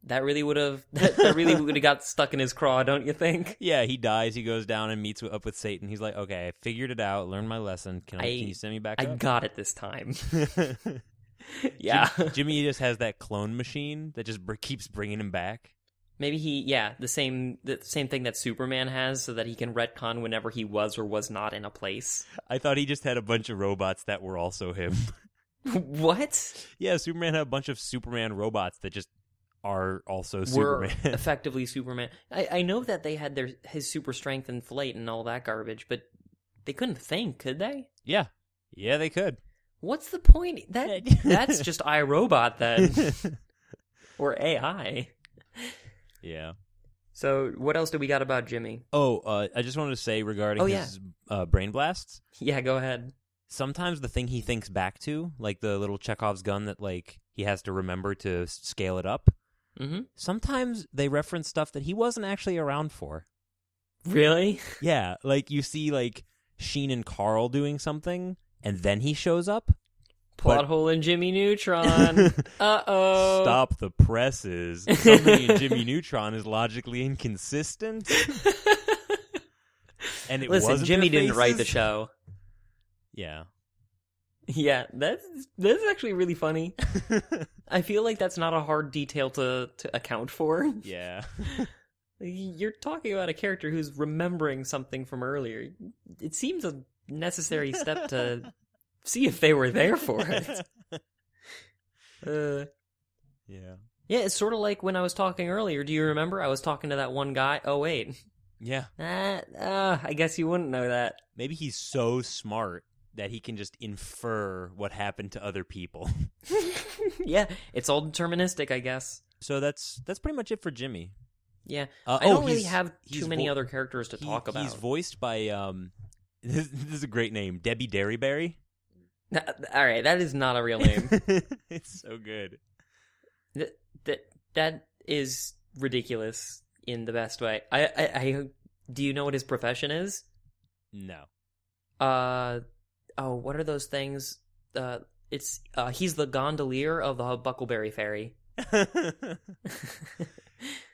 Speaker 2: That really would have that, that really would have got stuck in his craw, don't you think?
Speaker 1: Yeah, he dies. He goes down and meets wi- up with Satan. He's like, "Okay, I figured it out. Learned my lesson. Can I,
Speaker 2: I-
Speaker 1: can you send me back?"
Speaker 2: I
Speaker 1: up?
Speaker 2: got it this time.
Speaker 1: Jim-
Speaker 2: yeah,
Speaker 1: Jimmy just has that clone machine that just br- keeps bringing him back.
Speaker 2: maybe he yeah the same the same thing that Superman has, so that he can retcon whenever he was or was not in a place.
Speaker 1: I thought he just had a bunch of robots that were also him.
Speaker 2: what?
Speaker 1: yeah, Superman had a bunch of Superman robots that just are also
Speaker 2: were
Speaker 1: Superman.
Speaker 2: effectively Superman. I, I know that they had their his super strength and flight and all that garbage, but they couldn't think, could they?
Speaker 1: yeah, yeah, they could.
Speaker 2: What's the point? That
Speaker 1: Yeah.
Speaker 2: that's just iRobot then, or AI.
Speaker 1: yeah.
Speaker 2: So what else do we got about Jimmy?
Speaker 1: Oh, uh, I just wanted to say regarding
Speaker 2: Oh, yeah.
Speaker 1: his uh, brain blasts.
Speaker 2: Yeah, go ahead.
Speaker 1: sometimes the thing he thinks back to, like the little Chekhov's gun that like he has to remember to s- scale it up.
Speaker 2: hmm
Speaker 1: Sometimes they reference stuff that he wasn't actually around for.
Speaker 2: Really?
Speaker 1: Yeah, like you see like Sheen and Carl doing something and then he shows up.
Speaker 2: Plot hole in Jimmy Neutron. uh oh.
Speaker 1: Stop the presses. Somebody in Jimmy Neutron is logically inconsistent. and it
Speaker 2: Listen,
Speaker 1: wasn't
Speaker 2: Jimmy
Speaker 1: their
Speaker 2: didn't write the
Speaker 1: faces.
Speaker 2: show.
Speaker 1: Yeah.
Speaker 2: Yeah, that's that's actually really funny. I feel like that's not a hard detail to to account for.
Speaker 1: Yeah.
Speaker 2: You're talking about a character who's remembering something from earlier. It seems a necessary step to see if they were there for it. Uh,
Speaker 1: yeah.
Speaker 2: yeah, it's sort of like when I was talking earlier. Do you remember? I was talking to that one guy. Oh wait,
Speaker 1: Yeah.
Speaker 2: that uh, I guess you wouldn't know that.
Speaker 1: Maybe he's so smart that he can just infer what happened to other people.
Speaker 2: yeah, it's all deterministic, I guess.
Speaker 1: so that's that's pretty much it for Jimmy.
Speaker 2: Yeah,
Speaker 1: Uh,
Speaker 2: I don't
Speaker 1: oh,
Speaker 2: really
Speaker 1: he's-
Speaker 2: have
Speaker 1: he's
Speaker 2: too many
Speaker 1: vo-
Speaker 2: other characters to
Speaker 1: he-
Speaker 2: talk about.
Speaker 1: He's voiced by um this, this is a great name, Debbie Derryberry.
Speaker 2: all right, that is not a real name.
Speaker 1: it's so good.
Speaker 2: that that that is ridiculous in the best way. I, I I do you know what his profession is?
Speaker 1: No.
Speaker 2: Uh oh, what are those things? Uh, it's uh he's the gondolier of the Buckleberry Ferry.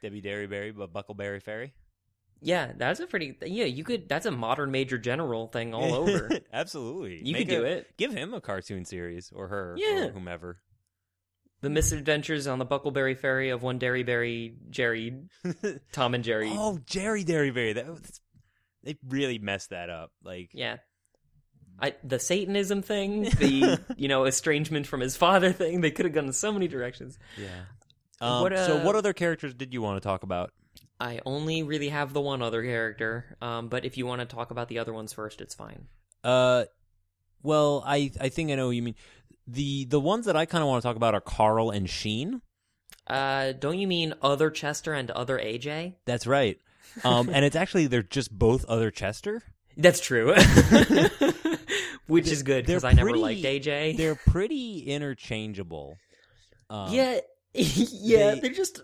Speaker 1: Debbie Derryberry but Buckleberry Ferry.
Speaker 2: yeah, that's a pretty yeah. You could that's a modern major general thing all over.
Speaker 1: Absolutely.
Speaker 2: You
Speaker 1: Make
Speaker 2: could do
Speaker 1: a-
Speaker 2: it.
Speaker 1: Give him a cartoon series or her
Speaker 2: Yeah.
Speaker 1: or whomever.
Speaker 2: The misadventures on the Buckleberry Ferry of one Derryberry Jerry, Tom and Jerry.
Speaker 1: Oh, Jerry Derryberry. That that's, they really messed that up. Like
Speaker 2: Yeah. I, the Satanism thing, the you know estrangement from his father thing, they could have gone in so many directions.
Speaker 1: Yeah. Um,
Speaker 2: What,
Speaker 1: so,
Speaker 2: uh,
Speaker 1: what other characters did you want to talk about?
Speaker 2: I only really have the one other character, um, but if you want to talk about the other ones first, it's fine.
Speaker 1: Uh, well, I I think I know what you mean. the The ones that I kind of want to talk about are Carl and Sheen.
Speaker 2: Uh, don't you mean other Chester and other AJ?
Speaker 1: That's right. Um, and it's actually they're just both other Chester.
Speaker 2: That's true. Which is good because
Speaker 1: They're
Speaker 2: I never
Speaker 1: pretty-
Speaker 2: liked AJ.
Speaker 1: They're pretty interchangeable. Um,
Speaker 2: yeah, yeah,
Speaker 1: they-
Speaker 2: they, are just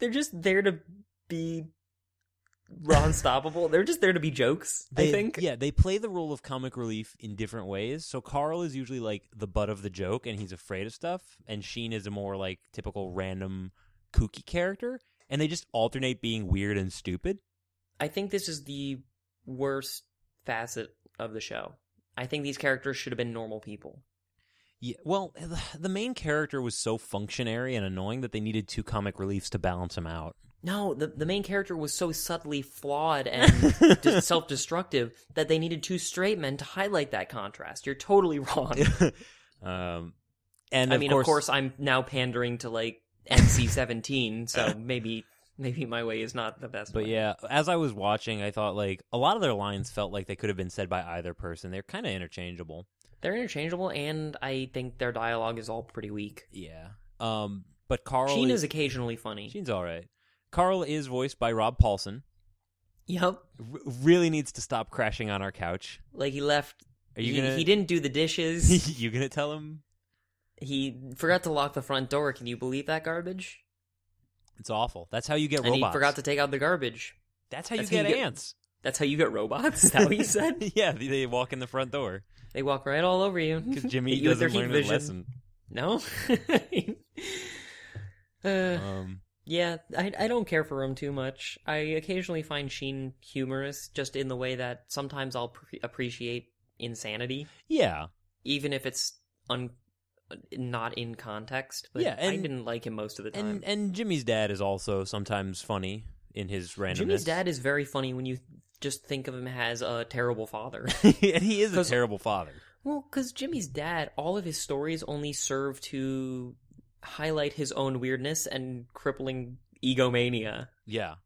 Speaker 2: they're just there to be unstoppable. they're just there to be jokes.
Speaker 1: They,
Speaker 2: I think.
Speaker 1: yeah, they play the role of comic relief in different ways. So Carl is usually like the butt of the joke, and he's afraid of stuff. And Sheen is a more like typical random kooky character, and they just alternate being weird and stupid.
Speaker 2: I think this is the worst facet of the show. I think these characters should have been normal people.
Speaker 1: Yeah, well, the main character was so functionary and annoying that they needed two comic reliefs to balance him out.
Speaker 2: No, the the main character was so subtly flawed and de- self-destructive that they needed two straight men to highlight that contrast. You're totally wrong.
Speaker 1: um, and
Speaker 2: I mean, of course, I'm now pandering to like NC-17, so maybe maybe my way is not the best.
Speaker 1: but
Speaker 2: way.
Speaker 1: yeah, as I was watching, I thought like a lot of their lines felt like they could have been said by either person. They're kind of interchangeable.
Speaker 2: They're interchangeable, and I think their dialogue is all pretty weak.
Speaker 1: Yeah. Um, but Carl
Speaker 2: Sheen is
Speaker 1: is
Speaker 2: occasionally funny.
Speaker 1: Sheen's all right. Carl is voiced by Rob Paulson.
Speaker 2: Yep.
Speaker 1: R- really needs to stop crashing on our couch.
Speaker 2: Like he left.
Speaker 1: Are you
Speaker 2: he,
Speaker 1: gonna?
Speaker 2: he didn't do the dishes.
Speaker 1: you gonna tell him
Speaker 2: he forgot to lock the front door. Can you believe that garbage?
Speaker 1: it's awful? That's how you get
Speaker 2: And
Speaker 1: robots.
Speaker 2: he forgot to take out the garbage.
Speaker 1: That's how
Speaker 2: that's
Speaker 1: you
Speaker 2: how
Speaker 1: get
Speaker 2: you get-
Speaker 1: ants.
Speaker 2: That's how you get robots. Is that what you said?
Speaker 1: yeah, they, they walk in the front door
Speaker 2: they walk right all over you.
Speaker 1: because Jimmy
Speaker 2: Hit you with their
Speaker 1: doesn't learn
Speaker 2: heat
Speaker 1: his
Speaker 2: vision.
Speaker 1: lesson.
Speaker 2: No. uh,
Speaker 1: Um,
Speaker 2: yeah, I I don't care for him too much. I occasionally find Sheen humorous, just in the way that sometimes I'll pre- appreciate insanity,
Speaker 1: yeah,
Speaker 2: even if it's un not in context. But
Speaker 1: Yeah,
Speaker 2: I
Speaker 1: and-
Speaker 2: didn't like him most of the time.
Speaker 1: and and Jimmy's dad is also sometimes funny in his randomness.
Speaker 2: Jimmy's dad is very funny when you just think of him as a terrible father.
Speaker 1: and he is a
Speaker 2: 'Cause-
Speaker 1: terrible father.
Speaker 2: well, because Jimmy's dad, all of his stories only serve to highlight his own weirdness and crippling egomania,
Speaker 1: Yeah,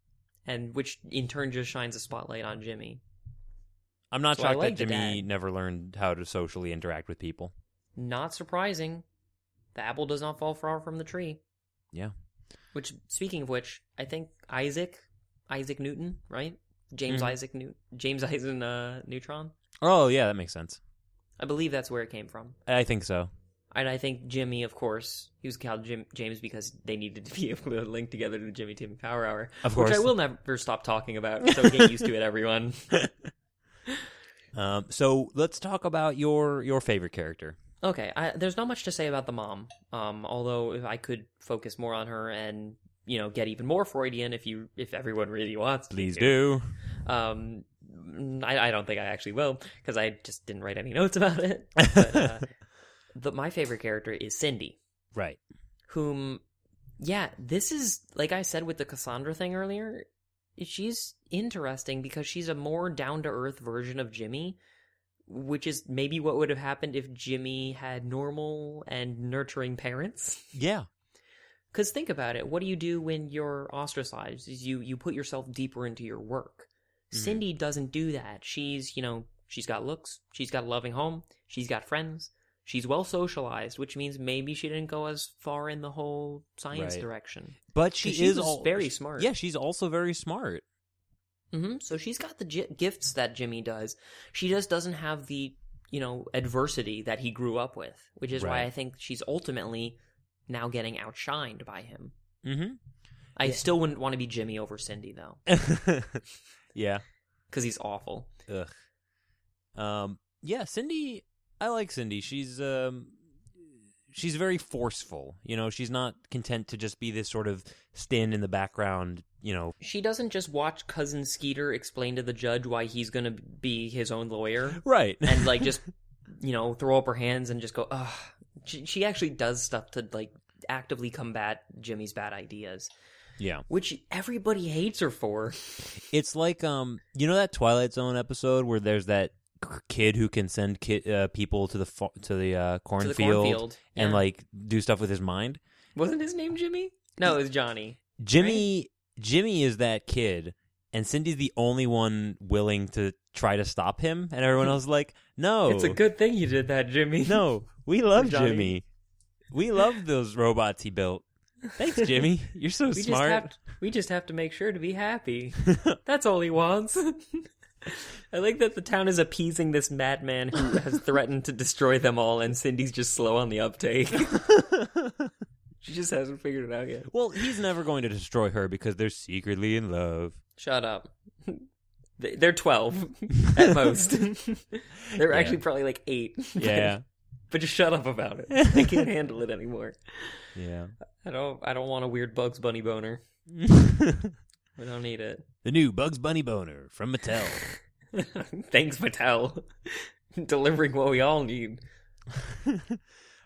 Speaker 2: and which in turn just shines a spotlight on Jimmy.
Speaker 1: I'm not
Speaker 2: So I
Speaker 1: shocked
Speaker 2: like
Speaker 1: that
Speaker 2: the
Speaker 1: Jimmy
Speaker 2: dad.
Speaker 1: never learned how to socially interact with people.
Speaker 2: Not surprising, the apple does not fall far from the tree.
Speaker 1: Yeah.
Speaker 2: Which, speaking of which, I think Isaac, Isaac Newton, right? James
Speaker 1: Mhm.
Speaker 2: Isaac Newton, James Isaac uh, Neutron.
Speaker 1: Oh yeah, that makes sense.
Speaker 2: I believe that's where it came from.
Speaker 1: I think so.
Speaker 2: And I think Jimmy, of course, he was called Jim James because they needed to be able to link together to the Jimmy Tim Power Hour,
Speaker 1: Of
Speaker 2: which I
Speaker 1: course.
Speaker 2: will never stop talking about. So get used to it, everyone.
Speaker 1: Um, so let's talk about your your favorite character.
Speaker 2: Okay, I, there's not much to say about the mom. Um, although if I could focus more on her and you know get even more Freudian if you if everyone really wants. me
Speaker 1: Please
Speaker 2: to.
Speaker 1: do.
Speaker 2: Um, I, I don't think I actually will because I just didn't write any notes about it. But, uh, the, my favorite character is Cindy.
Speaker 1: Right.
Speaker 2: whom yeah this is like i said with the cassandra thing earlier she's interesting because she's a more down-to-earth version of jimmy which is maybe what would have happened if jimmy had normal and nurturing parents
Speaker 1: Yeah.
Speaker 2: because think about it what do you do when you're ostracized is you you put yourself deeper into your work
Speaker 1: Mhm.
Speaker 2: cindy doesn't do that she's you know she's got looks she's got a loving home she's got friends she's well socialized which means maybe she didn't go as far in the whole science
Speaker 1: Right.
Speaker 2: direction
Speaker 1: But she,
Speaker 2: She
Speaker 1: is
Speaker 2: was
Speaker 1: al-
Speaker 2: very smart.
Speaker 1: Yeah, she's also very smart.
Speaker 2: hmm so she's got the gi- gifts that jimmy does she just doesn't have the you know adversity that he grew up with which is why
Speaker 1: Right.
Speaker 2: i think she's ultimately now getting outshined by him
Speaker 1: Mm-hmm.
Speaker 2: i still wouldn't want to be jimmy over cindy though
Speaker 1: Mm-hmm. yeah.
Speaker 2: because he's awful
Speaker 1: Ugh. Um. Yeah, Cindy. I like Cindy. She's um. She's very forceful. You know, she's not content to just be this sort of stand in the background. You know.
Speaker 2: She doesn't just watch cousin Skeeter explain to the judge why he's going to be his own lawyer
Speaker 1: Right.
Speaker 2: and like just you know throw up her hands and just go ugh. She, she actually does stuff to like actively combat Jimmy's bad ideas,
Speaker 1: yeah.
Speaker 2: which everybody hates her for.
Speaker 1: It's like um. You know that Twilight Zone episode where there's that k- kid who can send ki- uh, people to the fa- to the uh,
Speaker 2: to the
Speaker 1: cornfield
Speaker 2: cornfield
Speaker 1: and
Speaker 2: Yeah.
Speaker 1: like do stuff with his mind.
Speaker 2: wasn't his name Jimmy? No, it was Johnny.
Speaker 1: Jimmy Jimmy is that kid, and Cindy's the only one willing to try to stop him, and everyone else is like, no,
Speaker 2: Hmm. It's a good thing you did that, Jimmy.
Speaker 1: Oh. no, we love
Speaker 2: Johnny.
Speaker 1: Jimmy, we love those robots he built. Thanks, Jimmy. You're so
Speaker 2: we
Speaker 1: smart.
Speaker 2: Just have to, we just have to make sure to be happy. That's all he wants. I like that the town is appeasing this madman who has threatened to destroy them all, and Cindy's just slow on the uptake. she just hasn't figured it out yet.
Speaker 1: well, he's never going to destroy her because they're secretly in love.
Speaker 2: Shut up. They- They're 12 at most. They're
Speaker 1: Yeah.
Speaker 2: actually probably like 8.
Speaker 1: Yeah,
Speaker 2: but just shut up about it. I can't handle it anymore.
Speaker 1: yeah.
Speaker 2: I don't I don't want a weird Bugs Bunny boner.
Speaker 1: the
Speaker 2: We don't need it.
Speaker 1: new Bugs Bunny boner from Mattel.
Speaker 2: Thanks, Mattel. Delivering what we all need.
Speaker 1: I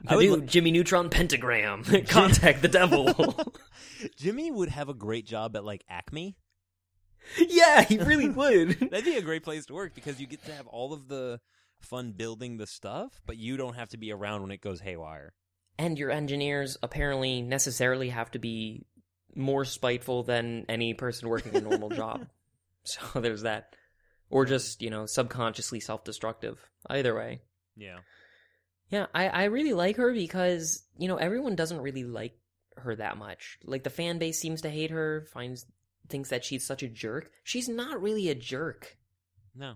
Speaker 2: I
Speaker 1: would
Speaker 2: do
Speaker 1: lo-
Speaker 2: Jimmy Neutron pentagram. Contact the devil.
Speaker 1: Jimmy would have a great job at like Acme.
Speaker 2: yeah, he really would.
Speaker 1: That'd be a great place to work because you get to have all of the fun building the stuff, but you don't have to be around when it goes haywire.
Speaker 2: And your engineers apparently necessarily have to be more spiteful than any person working a normal job. So there's that. Or just, you know, subconsciously self destructive. Either way.
Speaker 1: Yeah.
Speaker 2: Yeah, I, I really like her because, you know, everyone doesn't really like her that much. Like, the fan base seems to hate her, finds thinks that she's such a jerk. She's not really a jerk.
Speaker 1: No.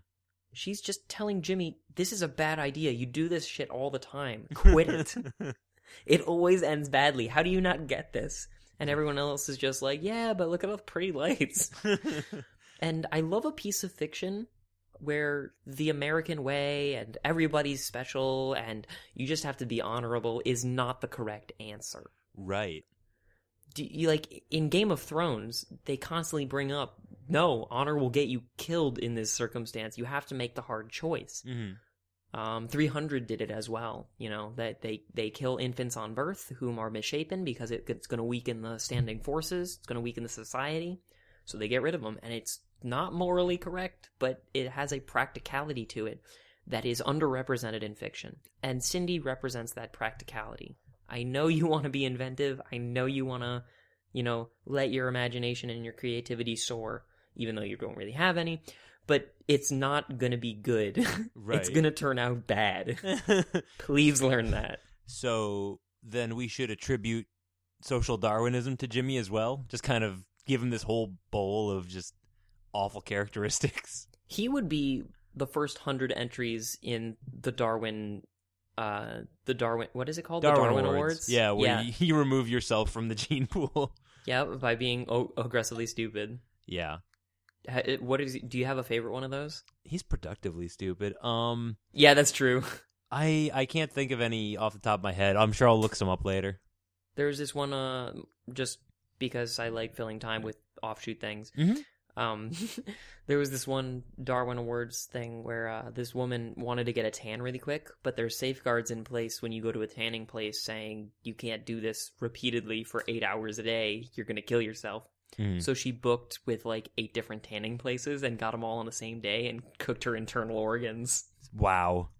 Speaker 2: She's just telling Jimmy, this is a bad idea. You do this shit all the time. Quit it. it always ends badly. How do you not get this? And everyone else is just like, yeah, but look at all the pretty lights. And I love a piece of fiction where the American way and everybody's special and you just have to be honorable is not the correct answer.
Speaker 1: right.
Speaker 2: Do you like in Game of Thrones, they constantly bring up no, honor will get you killed in this circumstance. You have to make the hard choice.
Speaker 1: hmm
Speaker 2: Um, 300 did it as well, you know, that they, they kill infants on birth whom are misshapen because it, it's going to weaken the standing forces. It's going to weaken the society. So they get rid of them. And it's not morally correct, but it has a practicality to it that is underrepresented in fiction. And Cindy represents that practicality. I know you want to be inventive. I know you want to, you know, let your imagination and your creativity soar, even though you don't really have any. But it's not going to be good. It's
Speaker 1: Right.
Speaker 2: going to turn out bad. Please learn that.
Speaker 1: so then we should attribute social Darwinism to Jimmy as well. Just kind of give him this whole bowl of just awful characteristics.
Speaker 2: He would be the first hundred entries in the Darwin, uh, the Darwin. What is it called? the Darwin Awards.
Speaker 1: Yeah, where
Speaker 2: yeah,
Speaker 1: You, you remove yourself from the gene pool.
Speaker 2: yeah. By being o- aggressively stupid.
Speaker 1: yeah.
Speaker 2: Ha- it- What is? Do you have a favorite one of those?
Speaker 1: He's productively stupid. Um
Speaker 2: Yeah, that's true.
Speaker 1: I I can't think of any off the top of my head. I'm sure I'll look some up later.
Speaker 2: There's this one, uh, just because I like filling time with offshoot things.
Speaker 1: Mhm.
Speaker 2: Um, there was this one Darwin Awards thing where uh, this woman wanted to get a tan really quick, but there's safeguards in place when you go to a tanning place saying you can't do this repeatedly for eight hours a day. You're gonna kill yourself.
Speaker 1: Hmm.
Speaker 2: So she booked with like eight different tanning places and got them all on the same day and cooked her internal organs.
Speaker 1: Wow.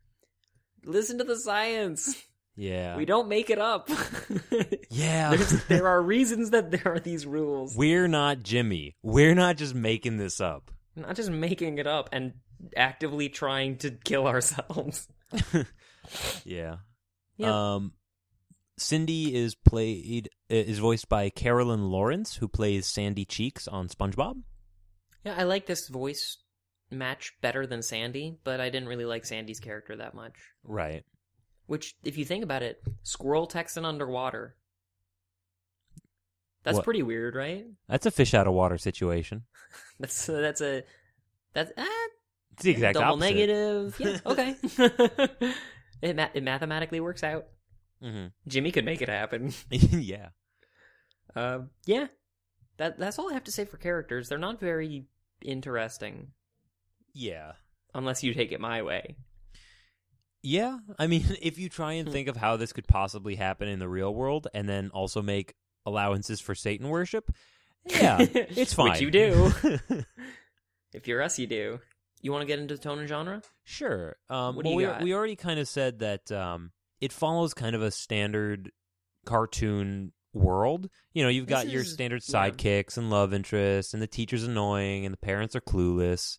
Speaker 2: Listen to the science.
Speaker 1: Yeah.
Speaker 2: We don't make it up.
Speaker 1: yeah.
Speaker 2: There's, there are reasons that there are these rules.
Speaker 1: We're not Jimmy. We're not just making this up.
Speaker 2: Not just making it up and actively trying to kill ourselves.
Speaker 1: Yeah.
Speaker 2: Yeah.
Speaker 1: Um Cindy is played is voiced by Carolyn Lawrence who plays Sandy Cheeks on SpongeBob.
Speaker 2: Yeah, I like this voice match better than Sandy, but I didn't really like Sandy's character that much.
Speaker 1: Right.
Speaker 2: Which, if you think about it, squirrel Texan underwater. That's
Speaker 1: What?
Speaker 2: pretty weird, right?
Speaker 1: That's a fish out of water situation.
Speaker 2: That's that's a that's ah,
Speaker 1: It's the exact
Speaker 2: double
Speaker 1: opposite.
Speaker 2: negative. Yeah, okay. it ma- it mathematically works out.
Speaker 1: Mm-hmm.
Speaker 2: Jimmy could make it happen.
Speaker 1: yeah.
Speaker 2: Um, yeah, that that's all I have to say for characters. They're not very interesting
Speaker 1: Yeah.
Speaker 2: unless you take it my way.
Speaker 1: Yeah, I mean, if you try
Speaker 2: Hmm.
Speaker 1: and think of how this could possibly happen in the real world, and then also make allowances for Satan worship, yeah, it's fine.
Speaker 2: Which you do. If you're us, you do. You want to get into the tone and genre?
Speaker 1: sure. Um,
Speaker 2: What do
Speaker 1: well,
Speaker 2: you
Speaker 1: we
Speaker 2: got?
Speaker 1: we already kind of said that um, it follows kind of a standard cartoon world. You know, you've
Speaker 2: This
Speaker 1: got your
Speaker 2: is-
Speaker 1: standard
Speaker 2: yeah.
Speaker 1: sidekicks and love interests, and the teacher's annoying, and the parents are clueless.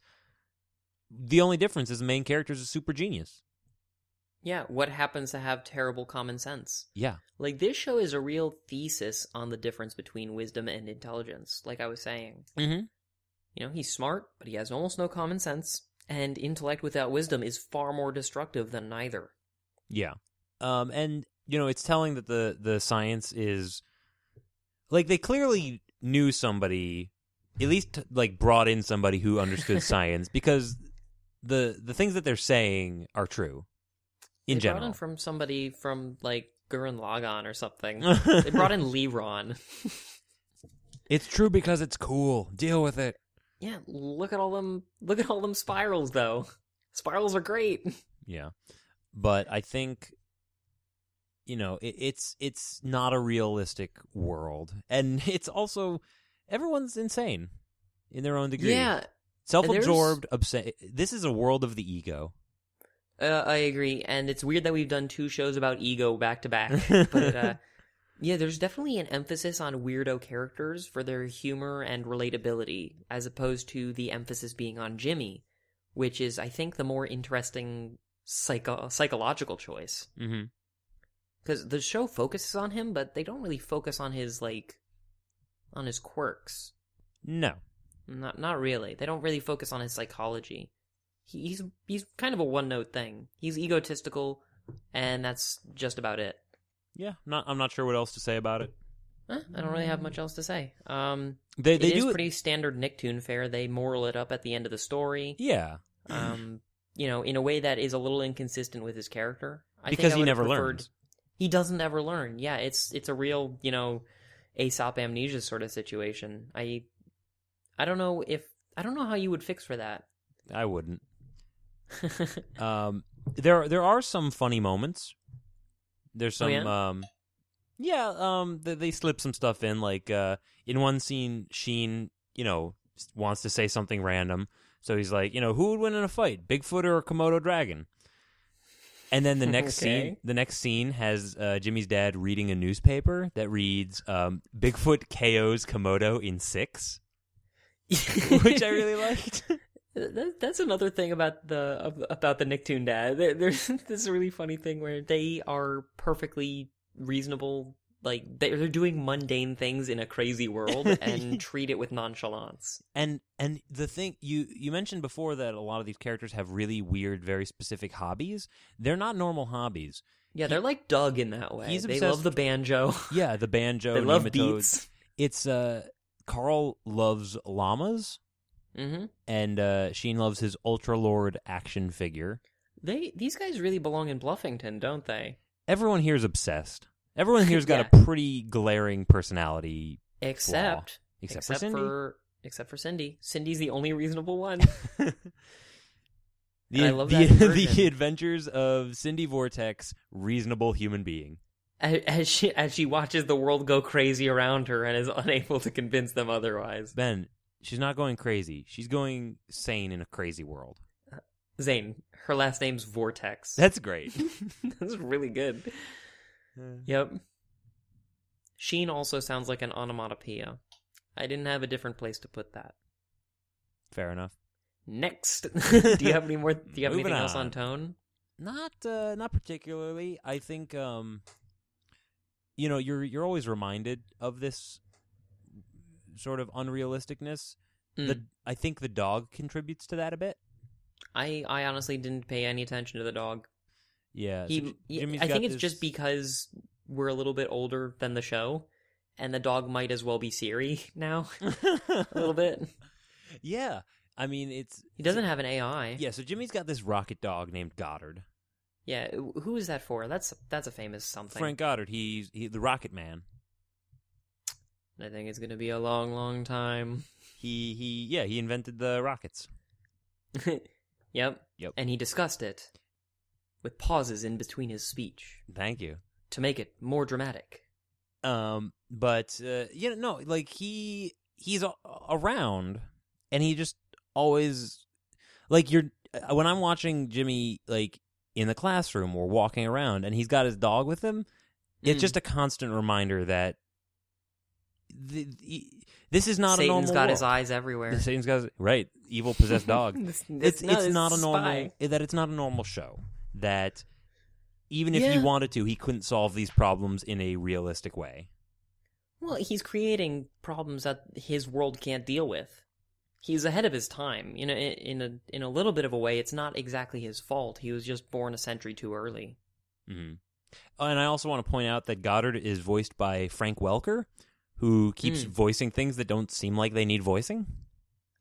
Speaker 1: The only difference is the main character's a super genius.
Speaker 2: Yeah. What happens to have terrible common sense?
Speaker 1: Yeah.
Speaker 2: Like this show is a real thesis on the difference between wisdom and intelligence. Like I was saying,
Speaker 1: Mm-hmm.
Speaker 2: you know, he's smart, but he has almost no common sense, and intellect without wisdom is far more destructive than neither.
Speaker 1: Yeah. Um, and you know, it's telling that the the science is like they clearly knew somebody, at least like brought in somebody who understood science because the the things that they're saying are true in
Speaker 2: they brought
Speaker 1: general.
Speaker 2: in from somebody from like Gurren Lagann or something. they brought in Leron.
Speaker 1: it's true because it's cool. Deal with it.
Speaker 2: Yeah, look at all them. Look at all them spirals though. Spirals are great.
Speaker 1: Yeah. But I think you know, it, it's it's not a realistic world. And it's also everyone's insane in their own degree.
Speaker 2: Yeah,
Speaker 1: self-absorbed obsessed this is a world of the ego
Speaker 2: uh, I agree. And it's weird that we've done two shows about ego back to back. But uh, yeah, there's definitely an emphasis on weirdo characters for their humor and relatability, as opposed to the emphasis being on Jimmy, which is I think the more interesting psycho- psychological choice
Speaker 1: Mm-hmm.
Speaker 2: because the show focuses on him, but they don't really focus on his like on his quirks.
Speaker 1: No.
Speaker 2: Not not really. They don't really focus on his psychology. He, he's he's kind of a one note thing. He's egotistical, and that's just about it.
Speaker 1: Yeah. Not. I'm not sure what else to say about it.
Speaker 2: Huh? I don't really have much else to say. Um,
Speaker 1: They.
Speaker 2: it
Speaker 1: They
Speaker 2: is
Speaker 1: do. it-
Speaker 2: pretty standard Nicktoon fare. They moral it up at the end of the story.
Speaker 1: yeah.
Speaker 2: Um, you know, in a way that is a little inconsistent with his character. I think
Speaker 1: Because
Speaker 2: I
Speaker 1: he
Speaker 2: would've
Speaker 1: never
Speaker 2: preferred-
Speaker 1: learns.
Speaker 2: He doesn't ever learn. Yeah, it's it's a real you know, Aesop amnesia sort of situation. I, I don't know if I don't know how you would fix for that.
Speaker 1: I wouldn't. Um, there there are some funny moments. There's
Speaker 2: Oh,
Speaker 1: some um, yeah um, they, they slip some stuff in. Like uh, in one scene, Sheen you know s- wants to say something random, so he's like, you know, who would win in a fight, Bigfoot or a Komodo dragon? And then the next scene,
Speaker 2: Okay.
Speaker 1: the next scene has uh, Jimmy's dad reading a newspaper that reads um, "Bigfoot KOs Komodo in six, which I really liked.
Speaker 2: That, that's another thing about the ab- about the Nicktoon dad. There, there's this really funny thing where they are perfectly reasonable, like they're they're doing mundane things in a crazy world and treat it with nonchalance.
Speaker 1: and and the thing you you mentioned before that a lot of these characters have really weird very specific hobbies they're not normal hobbies
Speaker 2: Yeah, they're like Doug in that way.
Speaker 1: He's
Speaker 2: they
Speaker 1: obsessed-
Speaker 2: love the banjo.
Speaker 1: yeah the banjo
Speaker 2: they love
Speaker 1: nematodes.
Speaker 2: beats.
Speaker 1: it's uh carl loves llamas
Speaker 2: hmm
Speaker 1: and uh sheen loves his ultra lord action figure
Speaker 2: They these guys really belong in Bluffington, don't they?
Speaker 1: everyone here's obsessed everyone here's got
Speaker 2: Yeah.
Speaker 1: a pretty glaring personality
Speaker 2: Except
Speaker 1: except, for cindy
Speaker 2: except for Cindy. Cindy's the only reasonable one.
Speaker 1: the,
Speaker 2: I love
Speaker 1: the,
Speaker 2: that
Speaker 1: the
Speaker 2: version.
Speaker 1: adventures of cindy vortex reasonable human being
Speaker 2: as, as she as she watches the world go crazy around her and is unable to convince them otherwise.
Speaker 1: Ben, she's not going crazy. She's going sane in a crazy world.
Speaker 2: Zane, her last name's Vortex.
Speaker 1: That's great.
Speaker 2: That's really good. Yep. Sheen also sounds like an onomatopoeia. I didn't have a different place to put that.
Speaker 1: Fair enough.
Speaker 2: Next, do you have any more? Do you have
Speaker 1: Moving
Speaker 2: anything else
Speaker 1: on.
Speaker 2: on tone?
Speaker 1: Not uh, not particularly. I think um you know, you're you're always reminded of this sort of unrealisticness.
Speaker 2: Mm.
Speaker 1: The I think the dog contributes to that a bit.
Speaker 2: I I honestly didn't pay any attention to the dog.
Speaker 1: Yeah.
Speaker 2: He,
Speaker 1: so J-
Speaker 2: yeah,
Speaker 1: Jimmy's
Speaker 2: I
Speaker 1: got
Speaker 2: think it's
Speaker 1: this-
Speaker 2: just because we're a little bit older than the show, and the dog might as well be Siri now a little bit.
Speaker 1: Yeah. I mean, it's
Speaker 2: He doesn't have an AI.
Speaker 1: Yeah, so Jimmy's got this rocket dog named Goddard.
Speaker 2: Yeah, wh- Who is that for? That's that's a famous something.
Speaker 1: Frank Goddard, he's he, the rocket man.
Speaker 2: I think it's gonna be a long, long time.
Speaker 1: He he yeah, he invented the rockets.
Speaker 2: yep.
Speaker 1: Yep.
Speaker 2: And he discussed it with pauses in between his speech
Speaker 1: Thank you.
Speaker 2: to make it more dramatic.
Speaker 1: Um, but uh, you know, no, like he he's a- around, and he just always like you're uh, when I'm watching Jimmy like in the classroom or walking around, and he's got his dog with him. It's
Speaker 2: Mm.
Speaker 1: just a constant reminder that the, the, this is not
Speaker 2: Satan's
Speaker 1: a normal.
Speaker 2: got
Speaker 1: world.
Speaker 2: his eyes everywhere.
Speaker 1: Satan's got his, right evil possessed dog.
Speaker 2: This- this-
Speaker 1: it's
Speaker 2: no,
Speaker 1: it's
Speaker 2: this
Speaker 1: not a normal
Speaker 2: spy.
Speaker 1: that it's not a normal show that even if he
Speaker 2: Yeah.
Speaker 1: wanted to he couldn't solve these problems in a realistic way
Speaker 2: Well, he's creating problems that his world can't deal with. He's ahead of his time. You know, in, in a in a little bit of a way, it's not exactly his fault. He was just born a century too early.
Speaker 1: hmm and i also want to point out that goddard is voiced by frank welker who keeps
Speaker 2: Hmm.
Speaker 1: voicing things that don't seem like they need voicing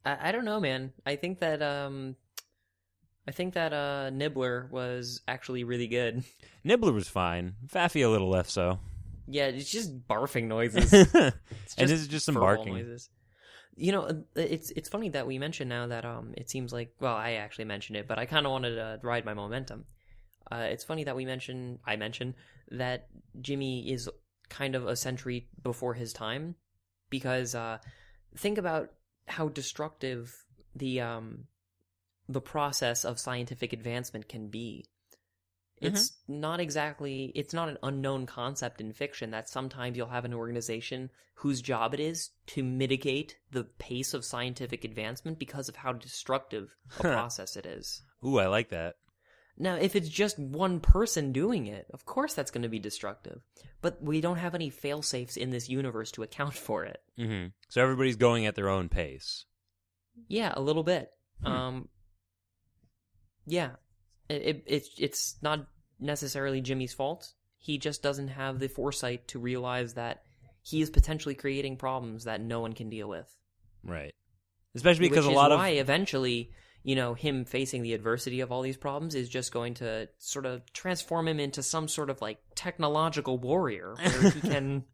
Speaker 2: I, I don't know, man. I think that um, I think that uh, Nibbler was actually really good.
Speaker 1: nibbler was fine faffy a little less so
Speaker 2: Yeah, it's just barfing noises.
Speaker 1: and
Speaker 2: It's
Speaker 1: this is just some
Speaker 2: verbal
Speaker 1: barking
Speaker 2: noises. You know, uh, it's it's funny that we mentioned now that um, it seems like well, I actually mentioned it, but I kind of wanted to ride my momentum. Uh, it's funny that we mentioned I mentioned that Jimmy is kind of a century before his time, because uh, think about how destructive the um the process of scientific advancement can be. It's not exactly it's not an unknown concept in fiction that sometimes you'll have an organization whose job it is to mitigate the pace of scientific advancement because of how destructive a process it is.
Speaker 1: ooh i like that
Speaker 2: Now, if it's just one person doing it, of course that's going to be destructive. But we don't have any failsafes in this universe to account for it.
Speaker 1: Mm-hmm. So everybody's going at their own pace.
Speaker 2: Yeah, a little bit.
Speaker 1: Hmm.
Speaker 2: Um, yeah, it, it it's it's not necessarily Jimmy's fault. He just doesn't have the foresight to realize that he is potentially creating problems that no one can deal with.
Speaker 1: Right. Especially because
Speaker 2: Which
Speaker 1: a
Speaker 2: is
Speaker 1: lot
Speaker 2: why
Speaker 1: of
Speaker 2: eventually, you know, him facing the adversity of all these problems is just going to sort of transform him into some sort of like technological warrior where he can.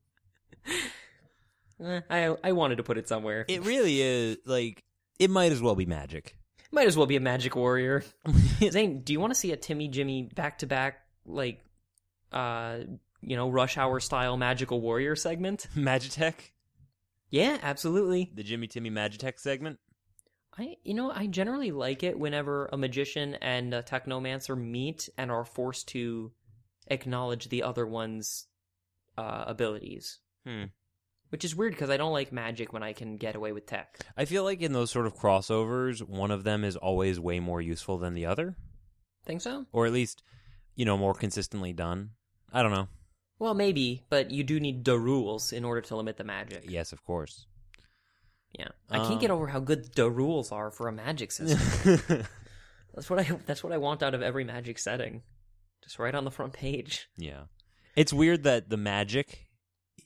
Speaker 2: Eh, I I wanted to put it somewhere.
Speaker 1: it really is like it might as well be magic.
Speaker 2: Might as well be a magic warrior. Zane, do you want to see a Timmy Jimmy back to back like uh you know, rush hour style magical warrior segment?
Speaker 1: Magitech,
Speaker 2: Yeah, absolutely.
Speaker 1: the Jimmy Timmy Magitech segment.
Speaker 2: I you know, I generally like it whenever a magician and a technomancer meet and are forced to acknowledge the other one's uh abilities.
Speaker 1: Hmm.
Speaker 2: Which is weird because I don't like magic when I can get away with tech.
Speaker 1: I feel like in those sort of crossovers, one of them is always way more useful than the other,
Speaker 2: Think so?
Speaker 1: or at least, you know, more consistently done. I don't know.
Speaker 2: Well, maybe, but you do need the rules in order to limit the magic.
Speaker 1: Yes, of course.
Speaker 2: Yeah, I can't
Speaker 1: Um,
Speaker 2: get over how good the rules are for a magic system. that's what I that's what I want out of every magic setting, just right on the front page.
Speaker 1: yeah. It's weird that the magic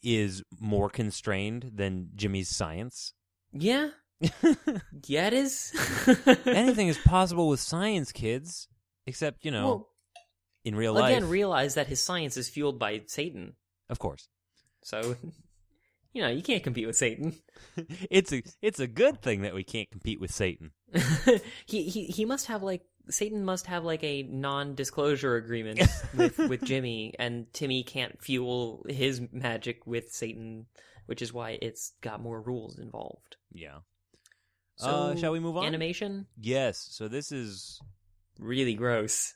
Speaker 1: is more constrained than Jimmy's science.
Speaker 2: Yeah, yeah, it is.
Speaker 1: Anything is possible with science, kids, except, you know, in real
Speaker 2: well, again,
Speaker 1: life.
Speaker 2: realize that his science is fueled by Satan,
Speaker 1: of course.
Speaker 2: so you know you can't compete with Satan.
Speaker 1: it's a it's a good thing that we can't compete with Satan.
Speaker 2: he he he must have like Satan must have like a non-disclosure agreement with with Jimmy, and Timmy can't fuel his magic with Satan, which is why it's got more rules involved.
Speaker 1: Yeah.
Speaker 2: So,
Speaker 1: uh, shall we move on?
Speaker 2: Animation
Speaker 1: Yes. So this is
Speaker 2: really gross.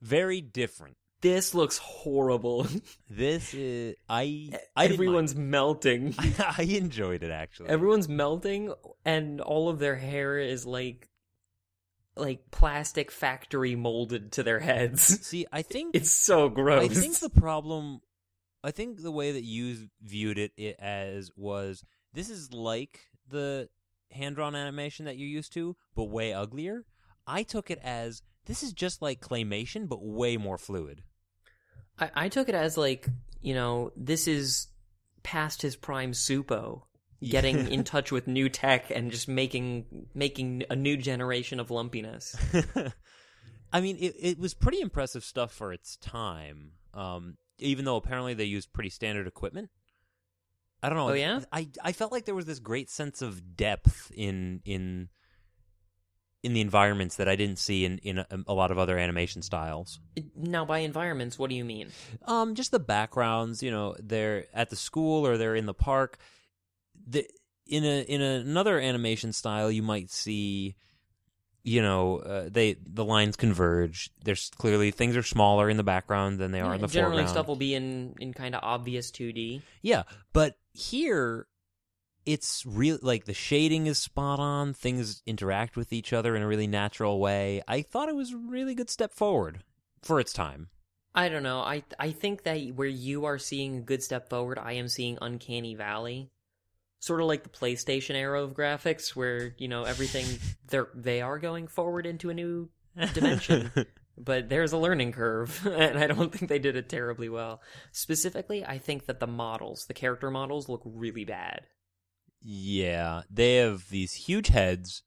Speaker 1: very different.
Speaker 2: This looks horrible.
Speaker 1: This is I. I didn't mind.
Speaker 2: Everyone's melting.
Speaker 1: I enjoyed it actually.
Speaker 2: Everyone's melting, and all of their hair is like like plastic factory molded to their heads.
Speaker 1: See, I think
Speaker 2: It's so gross.
Speaker 1: I think the problem, I think the way that you viewed it, it as was this is like the hand drawn animation that you're used to, but way uglier. I took it as this is just like claymation, but way more fluid.
Speaker 2: I, I took it as like you know this is past his prime Supo getting in touch with new tech and just making making a new generation of lumpiness.
Speaker 1: I mean, it, it was pretty impressive stuff for its time. Um, even though apparently they used pretty standard equipment. I don't know.
Speaker 2: Oh, yeah?
Speaker 1: I I felt like there was this great sense of depth in in in the environments that I didn't see in in a, a lot of other animation styles.
Speaker 2: Now by environments, what do you mean?
Speaker 1: Um, just the backgrounds. You know, they're at the school or they're in the park. The in a in another animation style, you might see, you know, uh, they the lines converge. There's clearly things are smaller in the background than they are in the
Speaker 2: generally
Speaker 1: foreground.
Speaker 2: stuff will be in in kind of obvious 2D.
Speaker 1: Yeah, but here it's real like the shading is spot on. Things interact with each other in a really natural way. I thought it was a really good step forward for its time.
Speaker 2: I don't know. I I think that where you are seeing a good step forward, I am seeing Uncanny Valley. Sort of like the PlayStation era of graphics where, you know, everything they're they are going forward into a new dimension. but there's a learning curve, and I don't think they did it terribly well. Specifically, I think that the models, the character models look really bad.
Speaker 1: Yeah, they have these huge heads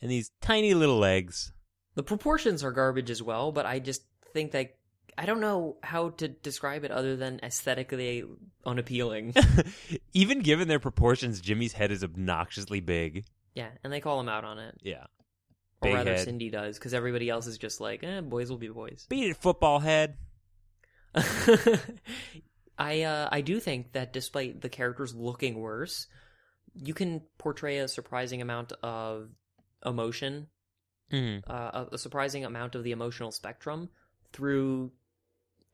Speaker 1: and these tiny little legs.
Speaker 2: The proportions are garbage as well, but I just think that I don't know how to describe it other than aesthetically unappealing.
Speaker 1: Even given their proportions, Jimmy's head is obnoxiously big.
Speaker 2: yeah, and they call him out on it.
Speaker 1: Yeah.
Speaker 2: Or
Speaker 1: Big
Speaker 2: rather,
Speaker 1: head.
Speaker 2: Cindy does, because everybody else is just like, eh, boys will be boys.
Speaker 1: Beat it, football head.
Speaker 2: I uh, I do think that despite the characters looking worse, you can portray a surprising amount of emotion,
Speaker 1: Mm.
Speaker 2: uh, a- a surprising amount of the emotional spectrum through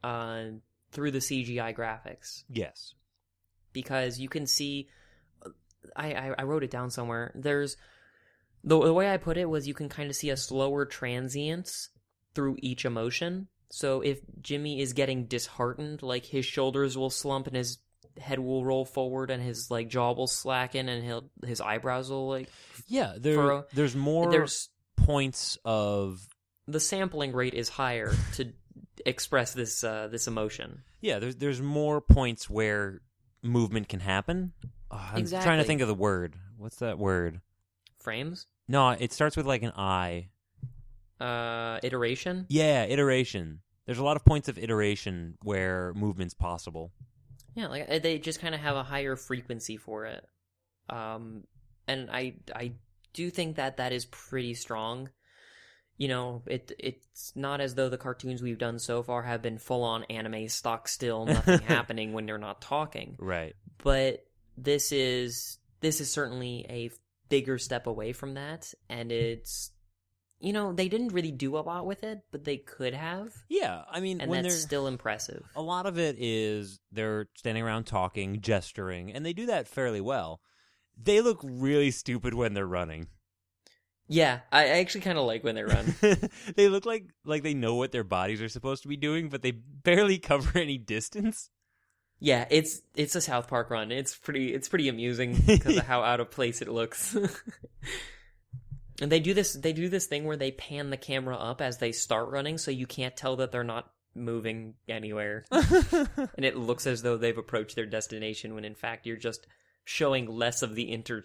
Speaker 2: uh, through the CGI graphics
Speaker 1: Yes.
Speaker 2: because you can see I, I i wrote it down somewhere there's the, the way i put it was you can kind of see a slower transience through each emotion. So if Jimmy is getting disheartened, like his shoulders will slump and his head will roll forward and his like jaw will slacken and he'll his eyebrows will like
Speaker 1: Yeah, there,
Speaker 2: Furrow.
Speaker 1: there's more
Speaker 2: there's
Speaker 1: points of
Speaker 2: the sampling rate is higher to express this uh, this emotion.
Speaker 1: yeah. There's there's more points where movement can happen. Ah, I'm trying to
Speaker 2: Exactly.
Speaker 1: think of the word. What's that word?
Speaker 2: Frames,
Speaker 1: No, it starts with like an I.
Speaker 2: uh, iteration.
Speaker 1: Yeah, iteration. There's a lot of points of iteration where movement's possible.
Speaker 2: Yeah, like uh, they just kind of have a higher frequency for it. Um, and I I do think that that is pretty strong. You know, it it's not as though the cartoons we've done so far have been full on anime stock still, nothing happening when they're not talking.
Speaker 1: Right.
Speaker 2: but this is this is certainly a bigger step away from that and it's you know they didn't really do a lot with it but they could have
Speaker 1: Yeah, I mean,
Speaker 2: and
Speaker 1: when
Speaker 2: that's
Speaker 1: they're-
Speaker 2: still impressive
Speaker 1: A lot of it is they're standing around talking, gesturing, and they do that fairly well. They look really stupid when they're running.
Speaker 2: yeah i I actually kind of like when they run
Speaker 1: they look like like they know what their bodies are supposed to be doing, but they barely cover any distance.
Speaker 2: yeah it's it's a south park run it's pretty it's pretty amusing because of how out of place it looks and they do this they do this thing where they pan the camera up as they start running so you can't tell that they're not moving anywhere and it looks as though they've approached their destination when in fact you're just showing less of the inter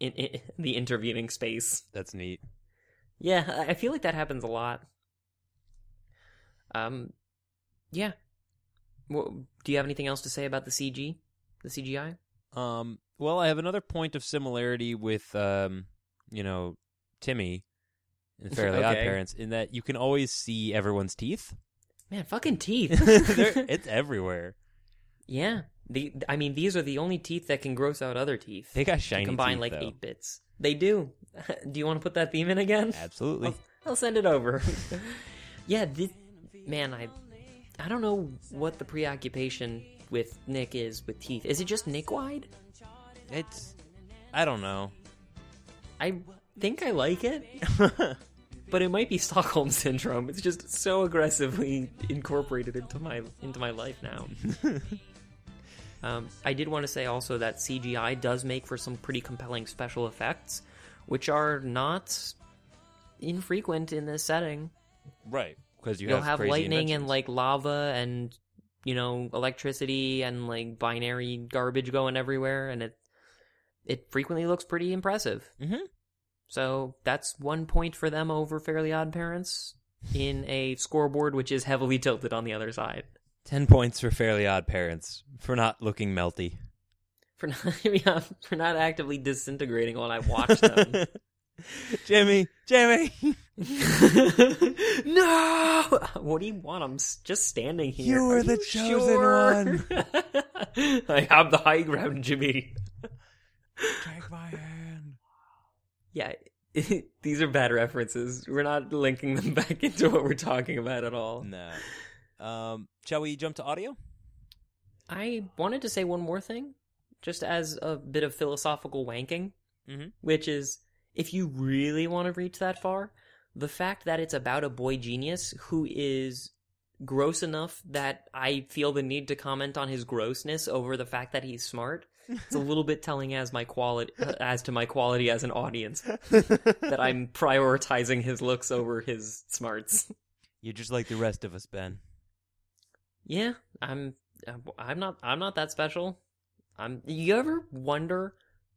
Speaker 2: in, in, the intervening space.
Speaker 1: That's neat.
Speaker 2: Yeah, I- I feel like that happens a lot. Um yeah. Well, do you have anything else to say about the CG? The CGI?
Speaker 1: Um, well, I have another point of similarity with, um, you know, Timmy and Fairly Odd
Speaker 2: Okay.
Speaker 1: Parents in that you can always see everyone's teeth.
Speaker 2: Man, fucking teeth.
Speaker 1: They're- it's everywhere.
Speaker 2: yeah. The I mean these are the only teeth that can gross out other teeth.
Speaker 1: They got
Speaker 2: To
Speaker 1: shiny
Speaker 2: combine
Speaker 1: teeth,
Speaker 2: like
Speaker 1: though.
Speaker 2: 8 bits. They do. do you want to put that theme in again?
Speaker 1: Absolutely.
Speaker 2: I'll, I'll send it over. yeah, thi- man, I I don't know what the preoccupation with Nick is with teeth. Is it just Nick wide?
Speaker 1: It's, I don't know.
Speaker 2: I think I like it. But it might be Stockholm syndrome. It's just so aggressively incorporated into my into my life now. um, I did want to say also that CGI does make for some pretty compelling special effects, which are not infrequent in this setting.
Speaker 1: right. Because you
Speaker 2: You'll have,
Speaker 1: crazy
Speaker 2: lightning and
Speaker 1: inventions.
Speaker 2: like lava and you know electricity and like binary garbage going everywhere, and it it frequently looks pretty impressive.
Speaker 1: Mhm.
Speaker 2: So that's one point for them over Fairly Odd Parents in a scoreboard which is heavily tilted on the other side.
Speaker 1: ten points for Fairly Odd Parents for not looking melty.
Speaker 2: For not yeah, for not actively disintegrating while I watch them.
Speaker 1: Jimmy, Jimmy,
Speaker 2: no, what do you want? I'm s- just standing here.
Speaker 1: You were the chosen
Speaker 2: one. I have the high ground, Jimmy.
Speaker 1: take my hand.
Speaker 2: Yeah, these are bad references. We're not linking them back into what we're talking about at all.
Speaker 1: No. Um, shall we jump to audio?
Speaker 2: I wanted to say one more thing, just as a bit of philosophical wanking,
Speaker 1: Mhm.
Speaker 2: which is if you really want to reach that far, the fact that it's about a boy genius who is gross enough that I feel the need to comment on his grossness over the fact that he's smart. It's a little bit telling as my quality as to my quality as an audience that I'm prioritizing his looks over his smarts.
Speaker 1: You're just like the rest of us, Ben.
Speaker 2: Yeah, I'm. I'm not. I'm not that special. I'm. You ever wonder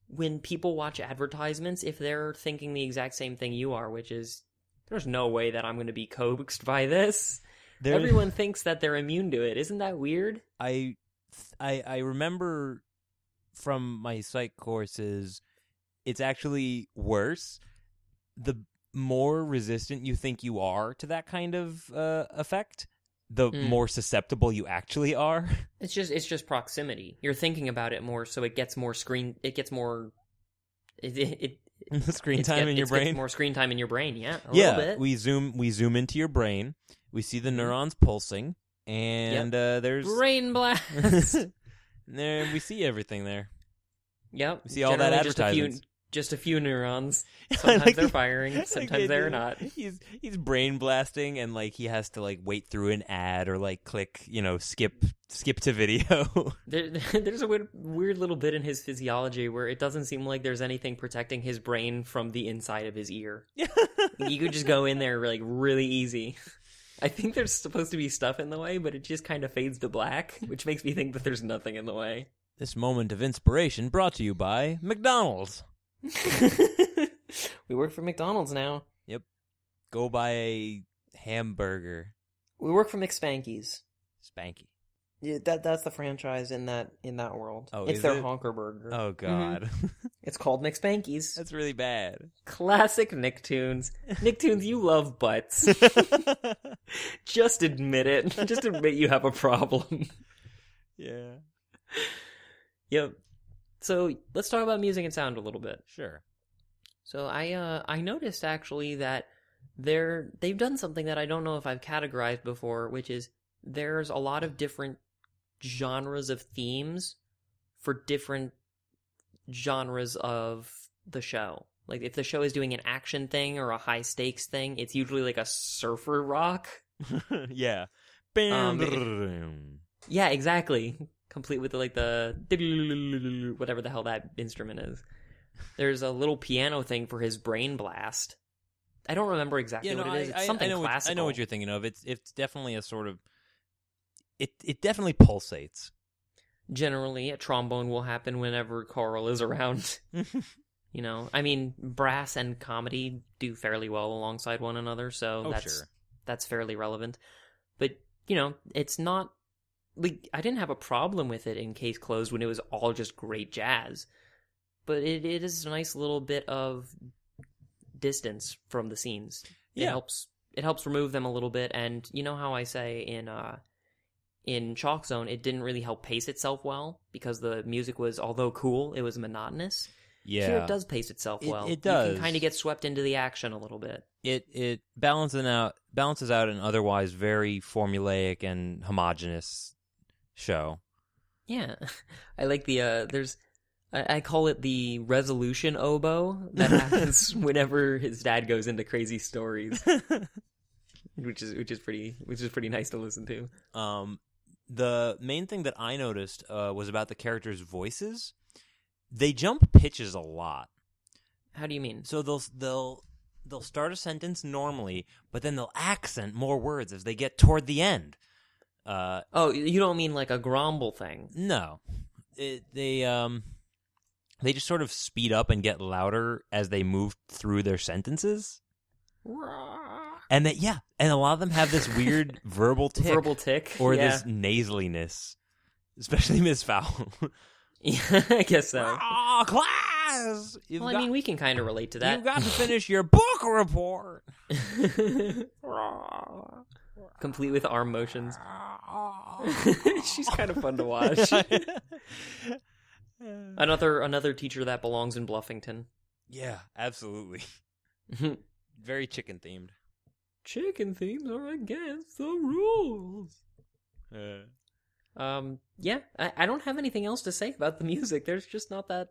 Speaker 2: when people watch advertisements if they're thinking the exact same thing you are, which is there's no way that I'm going to be coaxed by this.
Speaker 1: There-
Speaker 2: Everyone thinks that they're immune to it. Isn't that weird?
Speaker 1: I, I, I remember from my psych courses, it's actually worse. The more resistant you think you are to that kind of uh, effect, the
Speaker 2: Mm.
Speaker 1: more susceptible you actually are.
Speaker 2: It's just. It's just proximity. You're thinking about it more, so it gets more screen. It gets more. It. it, it
Speaker 1: Screen
Speaker 2: it's
Speaker 1: time
Speaker 2: get-
Speaker 1: in your
Speaker 2: it's gets
Speaker 1: brain.
Speaker 2: More screen time in your brain. Yeah. A
Speaker 1: yeah,
Speaker 2: Little bit. Mm-hmm.
Speaker 1: we zoom we zoom into your brain. We see the neurons pulsing, and uh, there's
Speaker 2: brain blast.
Speaker 1: there we see everything there.
Speaker 2: Yep.
Speaker 1: We see all that
Speaker 2: generally just a few-
Speaker 1: advertisements.
Speaker 2: just a few neurons.
Speaker 1: I
Speaker 2: Sometimes
Speaker 1: like
Speaker 2: they're
Speaker 1: the- I
Speaker 2: firing,
Speaker 1: like the
Speaker 2: sometimes they're
Speaker 1: idea.
Speaker 2: not.
Speaker 1: He's he's brain blasting and like he has to like wait through an ad or like click, you know, skip skip to video.
Speaker 2: There, there's a weird, weird little bit in his physiology where it doesn't seem like there's anything protecting his brain from the inside of his ear. you could just go in there like really easy. I think there's supposed to be stuff in the way, but it just kind of fades to black, which makes me think that there's nothing in the way.
Speaker 1: this moment of inspiration brought to you by McDonald's.
Speaker 2: we work for McDonald's now.
Speaker 1: Go buy a hamburger,
Speaker 2: We work for McSpankies.
Speaker 1: Spanky.
Speaker 2: Yeah, that that's the franchise in that in that world.
Speaker 1: Oh,
Speaker 2: it's
Speaker 1: is
Speaker 2: their
Speaker 1: it?
Speaker 2: honker burger.
Speaker 1: Oh God,
Speaker 2: It's called McSpankies.
Speaker 1: that's really bad.
Speaker 2: Classic Nicktoons. Nicktoons, you love butts. Just admit it. Just admit you have a problem.
Speaker 1: yeah,
Speaker 2: yep. So let's talk about music and sound a little bit.
Speaker 1: sure.
Speaker 2: So I uh I noticed actually that there they've done something that I don't know if I've categorized before, which is there's a lot of different genres of themes for different genres of the show. Like if the show is doing an action thing or a high stakes thing, it's usually like a surfer rock.
Speaker 1: yeah.
Speaker 2: Um,
Speaker 1: Bam.
Speaker 2: Yeah, exactly. Complete with like the whatever the hell that instrument is. There's a little piano thing for his brain blast. I don't remember exactly
Speaker 1: Yeah, no,
Speaker 2: what it is. It's
Speaker 1: I, I-
Speaker 2: something
Speaker 1: I know What,
Speaker 2: classical.
Speaker 1: I know what you're thinking of. It's it's definitely a sort of it it definitely pulsates.
Speaker 2: Generally, a trombone will happen whenever Coral is around. you know, I mean, brass and comedy do fairly well alongside one another, so
Speaker 1: Oh,
Speaker 2: that's
Speaker 1: sure.
Speaker 2: that's fairly relevant. But you know, it's not like I didn't have a problem with it in Case Closed when it was all just great jazz. But it, it is a nice little bit of distance from the scenes. It
Speaker 1: Yeah.
Speaker 2: helps it helps remove them a little bit and you know how I say in uh in Chalk Zone it didn't really help pace itself well because the music was although cool, it was monotonous.
Speaker 1: Yeah.
Speaker 2: Here it does pace itself
Speaker 1: It-
Speaker 2: well.
Speaker 1: it
Speaker 2: You
Speaker 1: does.
Speaker 2: can kind of get swept into the action a little bit.
Speaker 1: it it balances out balances out an otherwise very formulaic and homogenous show.
Speaker 2: Yeah, I like the uh, there's. I I call it the resolution oboe that happens whenever his dad goes into crazy stories, which is which is pretty which is pretty nice to listen to.
Speaker 1: Um, the main thing that I noticed uh, was about the characters' voices. They jump pitches a lot,
Speaker 2: How do you mean?
Speaker 1: so they'll they'll they'll start a sentence normally, but then they'll accent more words as they get toward the end. Uh,
Speaker 2: Oh, you don't mean like a grumble thing?
Speaker 1: no, it, they um they just sort of speed up and get louder as they move through their sentences, and that yeah, and a lot of them have this weird verbal tick
Speaker 2: Verbal tick
Speaker 1: or
Speaker 2: yeah.
Speaker 1: this nasaliness, especially Miss Fowl.
Speaker 2: Yeah, I guess so.
Speaker 1: Oh, class! You've
Speaker 2: Well, I
Speaker 1: got,
Speaker 2: mean, we can kind of relate to
Speaker 1: you've
Speaker 2: that.
Speaker 1: got to finish your book report.
Speaker 2: Complete with arm motions.
Speaker 1: Ah,
Speaker 2: She's kind of fun to watch.
Speaker 1: yeah,
Speaker 2: another another teacher that belongs in Bluffington.
Speaker 1: absolutely. Very chicken themed.
Speaker 2: chicken themes are against the rules.
Speaker 1: Uh,
Speaker 2: Um, yeah, I, I don't have anything else to say about the music. There's just not that.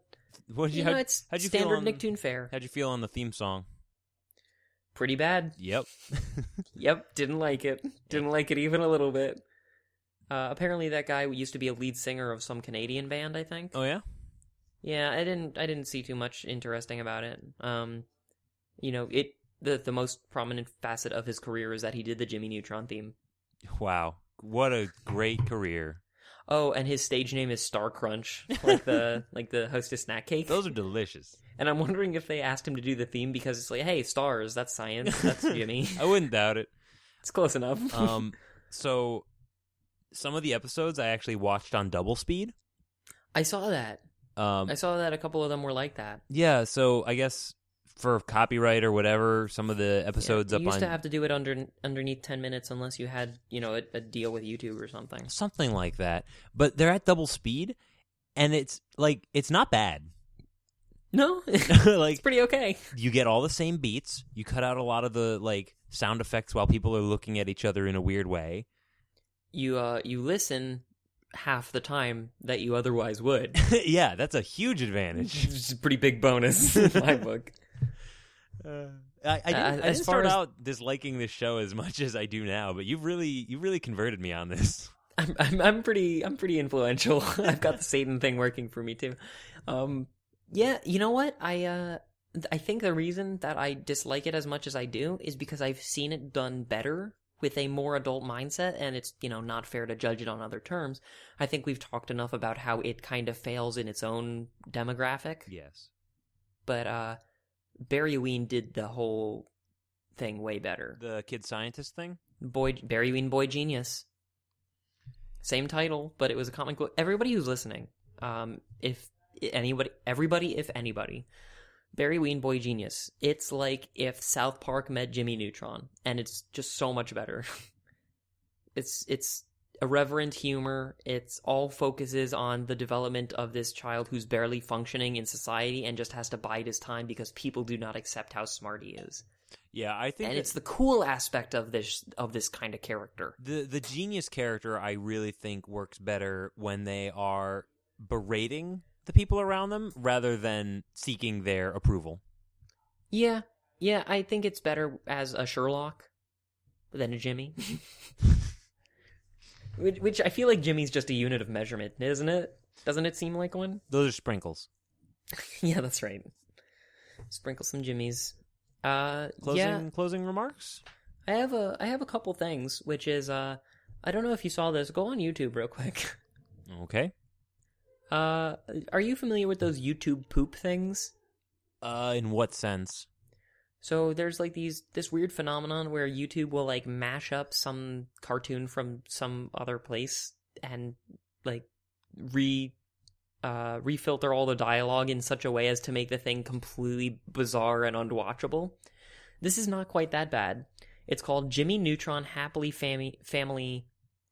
Speaker 1: what
Speaker 2: You
Speaker 1: you, how,
Speaker 2: know, it's
Speaker 1: how'd you feel
Speaker 2: standard
Speaker 1: on-
Speaker 2: Nicktoon fare.
Speaker 1: how'd you feel on the theme song?
Speaker 2: Pretty bad.
Speaker 1: Yep.
Speaker 2: Yep, didn't like it. Didn't like it even a little bit. Uh, apparently, that guy used to be a lead singer of some Canadian band. I think.
Speaker 1: oh yeah.
Speaker 2: Yeah, I didn't. I didn't see too much interesting about it. Um, you know, it the the most prominent facet of his career is that he did the Jimmy Neutron theme.
Speaker 1: Wow, what a great career.
Speaker 2: Oh, and his stage name is Star Crunch, like the like the hostess snack cake.
Speaker 1: Those are delicious.
Speaker 2: And I'm wondering if they asked him to do the theme because it's like, hey, stars, that's science, that's Jimmy.
Speaker 1: I wouldn't doubt it.
Speaker 2: it's close enough.
Speaker 1: Um, so some of the episodes I actually watched on double speed.
Speaker 2: I saw that.
Speaker 1: Um,
Speaker 2: I saw that a couple of them were like that.
Speaker 1: Yeah, so I guess for copyright or whatever, some of the episodes
Speaker 2: Yeah,
Speaker 1: up
Speaker 2: you used
Speaker 1: on
Speaker 2: to have to do it under underneath 10 minutes unless you had, you know, a, a deal with YouTube or something.
Speaker 1: something like that. But they're at double speed, and it's like it's not bad.
Speaker 2: No, it's
Speaker 1: like
Speaker 2: pretty okay.
Speaker 1: you get all the same beats. You cut out a lot of the like sound effects while people are looking at each other in a weird way.
Speaker 2: You uh you listen half the time that you otherwise would.
Speaker 1: yeah, that's a huge advantage.
Speaker 2: It's a pretty big bonus in my book.
Speaker 1: Uh, I, I didn't,
Speaker 2: Uh,
Speaker 1: I didn't
Speaker 2: as far
Speaker 1: start
Speaker 2: as-
Speaker 1: out disliking this show as much as I do now, but you've really you really converted me on this.
Speaker 2: I'm, I'm I'm pretty I'm pretty influential. I've got the Satan thing working for me too. Um, yeah, you know what? I uh, th- I think the reason that I dislike it as much as I do is because I've seen it done better with a more adult mindset, and it's you know not fair to judge it on other terms. I think we've talked enough about how it kind of fails in its own demographic,
Speaker 1: Yes.
Speaker 2: but uh, Barry Ween did the whole thing way better.
Speaker 1: The kid scientist thing?
Speaker 2: Boy Barry Ween Boy Genius. Same title, but it was a comic book. Everybody who's listening, um, if anybody, everybody, if anybody, Barry Ween Boy Genius. It's like if South Park met Jimmy Neutron, and it's just so much better. it's it's irreverent humor. It's all focuses on the development of this child who's barely functioning in society and just has to bide his time because people do not accept how smart he is.
Speaker 1: Yeah, I think
Speaker 2: And
Speaker 1: that-
Speaker 2: it's the cool aspect of this of this kind of character.
Speaker 1: the the genius character I really think works better when they are berating the people around them rather than seeking their approval.
Speaker 2: Yeah, yeah, I think it's better as a Sherlock than a Jimmy. which, which I feel like Jimmy's just a unit of measurement, isn't it? Doesn't it seem like one?
Speaker 1: Those are sprinkles.
Speaker 2: yeah, that's right. Sprinkle some Jimmys. Uh,
Speaker 1: Closing
Speaker 2: yeah,
Speaker 1: closing remarks?
Speaker 2: I have a I have a couple things, which is uh, I don't know if you saw this. Go on YouTube real quick.
Speaker 1: Okay.
Speaker 2: Uh, are you familiar with those YouTube poop things?
Speaker 1: Uh in what sense?
Speaker 2: So there's like these this weird phenomenon where YouTube will like mash up some cartoon from some other place and like re uh refilter all the dialogue in such a way as to make the thing completely bizarre and unwatchable. This is not quite that bad. It's called Jimmy Neutron Happily Family Family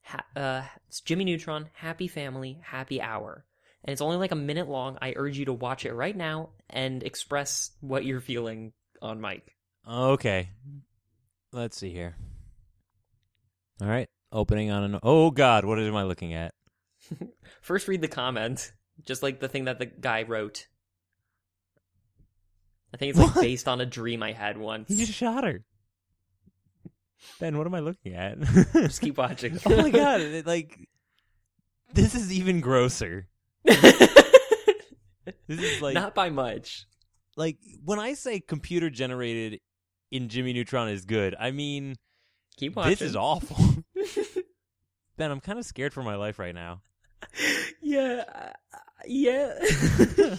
Speaker 2: ha- uh it's Jimmy Neutron Happy Family Happy Hour. And it's only like a minute long. I urge you to watch it right now and express what you're feeling on mic.
Speaker 1: Okay. Let's see here. All right. Opening on an Oh god, what am I looking at?
Speaker 2: First, read the comment, just like the thing that the guy wrote. I think it's like
Speaker 1: What?
Speaker 2: based on a dream I had once.
Speaker 1: He just shot her. Ben, what am I looking at?
Speaker 2: just keep watching.
Speaker 1: oh my god, it, like this is even grosser. This is like
Speaker 2: Not by much.
Speaker 1: like when I say computer generated in Jimmy Neutron is good, I mean
Speaker 2: Keep watching.
Speaker 1: this is awful. ben, I'm kind of scared for my life right now.
Speaker 2: yeah, uh, yeah,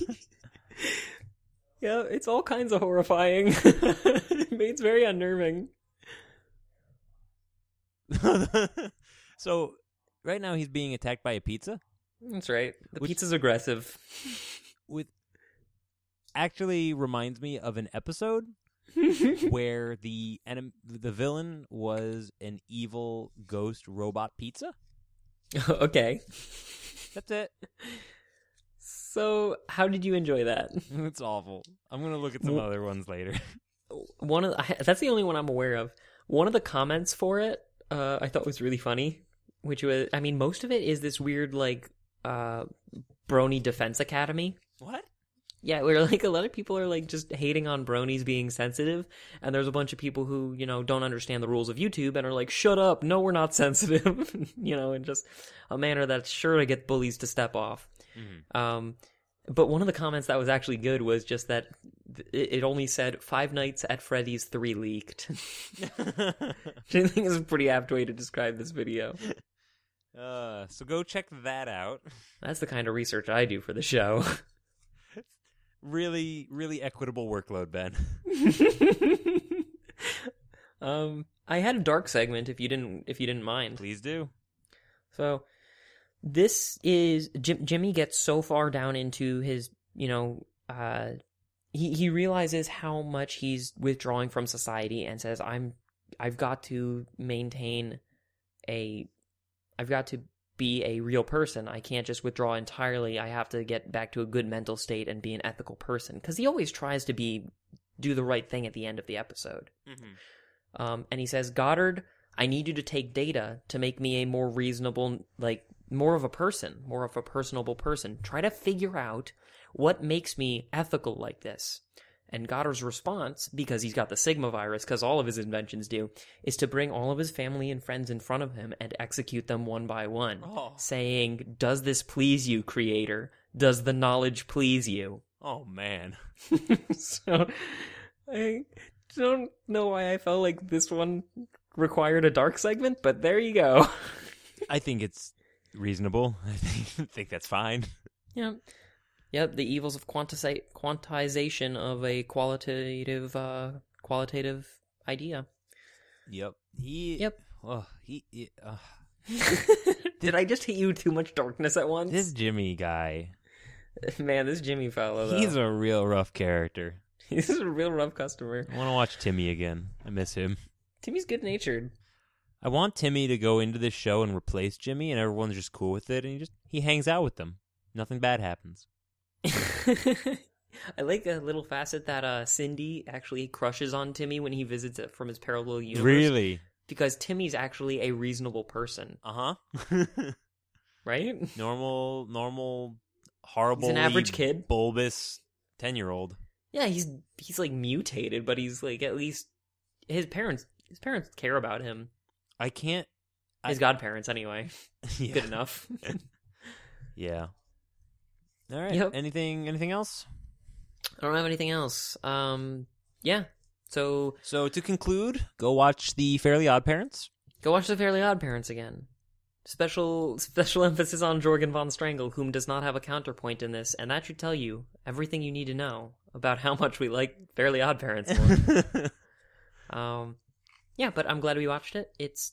Speaker 2: yeah. It's all kinds of horrifying. it's very unnerving.
Speaker 1: so right now he's being attacked by a pizza
Speaker 2: That's right. The
Speaker 1: Which-
Speaker 2: pizza's aggressive.
Speaker 1: with actually reminds me of an episode where the enem- the villain was an evil ghost robot pizza.
Speaker 2: okay.
Speaker 1: That's it.
Speaker 2: So, how did you enjoy that?
Speaker 1: It's awful. I'm gonna look at some
Speaker 2: Well-
Speaker 1: other ones later.
Speaker 2: one of I, that's the only one I'm aware of. One of the comments for it uh, I thought was really funny, which was I mean most of it is this weird like uh, Brony Defense Academy.
Speaker 1: What?
Speaker 2: Yeah, where like a lot of people are like just hating on bronies being sensitive, and there's a bunch of people who you know don't understand the rules of YouTube and are like, "Shut up! No, we're not sensitive," you know, in just a manner that's sure to get bullies to step off. Um, but one of the comments that was actually good was just that th- it it only said Five Nights at Freddy's Three leaked, which I think is a pretty apt way to describe this video.
Speaker 1: uh, so go check that out.
Speaker 2: That's the kind of research I do for the show.
Speaker 1: Really, really equitable workload, Ben.
Speaker 2: um, I had a dark segment if you didn't if you didn't mind.
Speaker 1: Please do.
Speaker 2: So this is Jim, Jimmy gets so far down into his, you know, uh, he he realizes how much he's withdrawing from society and says, "I'm I've got to maintain a, I've got to be a real person. I can't just withdraw entirely. I have to get back to a good mental state and be an ethical person." Because he always tries to be do the right thing at the end of the episode. Um, and he says, Goddard, I need you to take data to make me a more reasonable, like, more of a person, more of a personable person. Try to figure out what makes me ethical like this. And Goddard's response, because he's got the Sigma virus, because all of his inventions do, is to bring all of his family and friends in front of him and execute them one by one,
Speaker 1: Oh.
Speaker 2: saying, Does this please you, Creator? Does the knowledge please you?
Speaker 1: Oh man.
Speaker 2: so I don't know why I felt like this one required a dark segment, but there you go.
Speaker 1: I think it's reasonable. I think, think that's fine.
Speaker 2: Yep. Yep, the evils of quantiza- quantization of a qualitative uh qualitative idea.
Speaker 1: Yep. He.
Speaker 2: Yep.
Speaker 1: Oh, he. he uh,
Speaker 2: Did I just hit you with too much darkness at once?
Speaker 1: this Jimmy guy.
Speaker 2: Man, this Jimmy fellow though.
Speaker 1: He's a real rough character.
Speaker 2: He's a real rough customer.
Speaker 1: I want to watch Timmy again. I miss him.
Speaker 2: Timmy's good natured.
Speaker 1: I want Timmy to go into this show and replace Jimmy, and everyone's just cool with it, and he just he hangs out with them. Nothing bad happens.
Speaker 2: I like a little facet that uh, Cindy actually crushes on Timmy when he visits it from his parallel universe.
Speaker 1: Really?
Speaker 2: Because Timmy's actually a reasonable person,
Speaker 1: Uh huh.
Speaker 2: right?
Speaker 1: normal, normal, horrible.
Speaker 2: average kid.
Speaker 1: bulbous ten year old.
Speaker 2: Yeah, he's he's like mutated, but he's like at least his parents his parents care about him.
Speaker 1: I can't. I-
Speaker 2: His godparents, anyway.
Speaker 1: Yeah.
Speaker 2: Good enough.
Speaker 1: Yeah. All right.
Speaker 2: Yep.
Speaker 1: Anything? Anything else?
Speaker 2: I don't have anything else. Um, yeah. So
Speaker 1: So to conclude, go watch the Fairly Odd Parents.
Speaker 2: Go watch The Fairly Odd Parents again. Special special emphasis on Jorgen von Strangle, whom does not have a counterpoint in this, and that should tell you everything you need to know about how much we like Fairly Odd Parents. More. um, yeah, but I'm glad we watched it. It's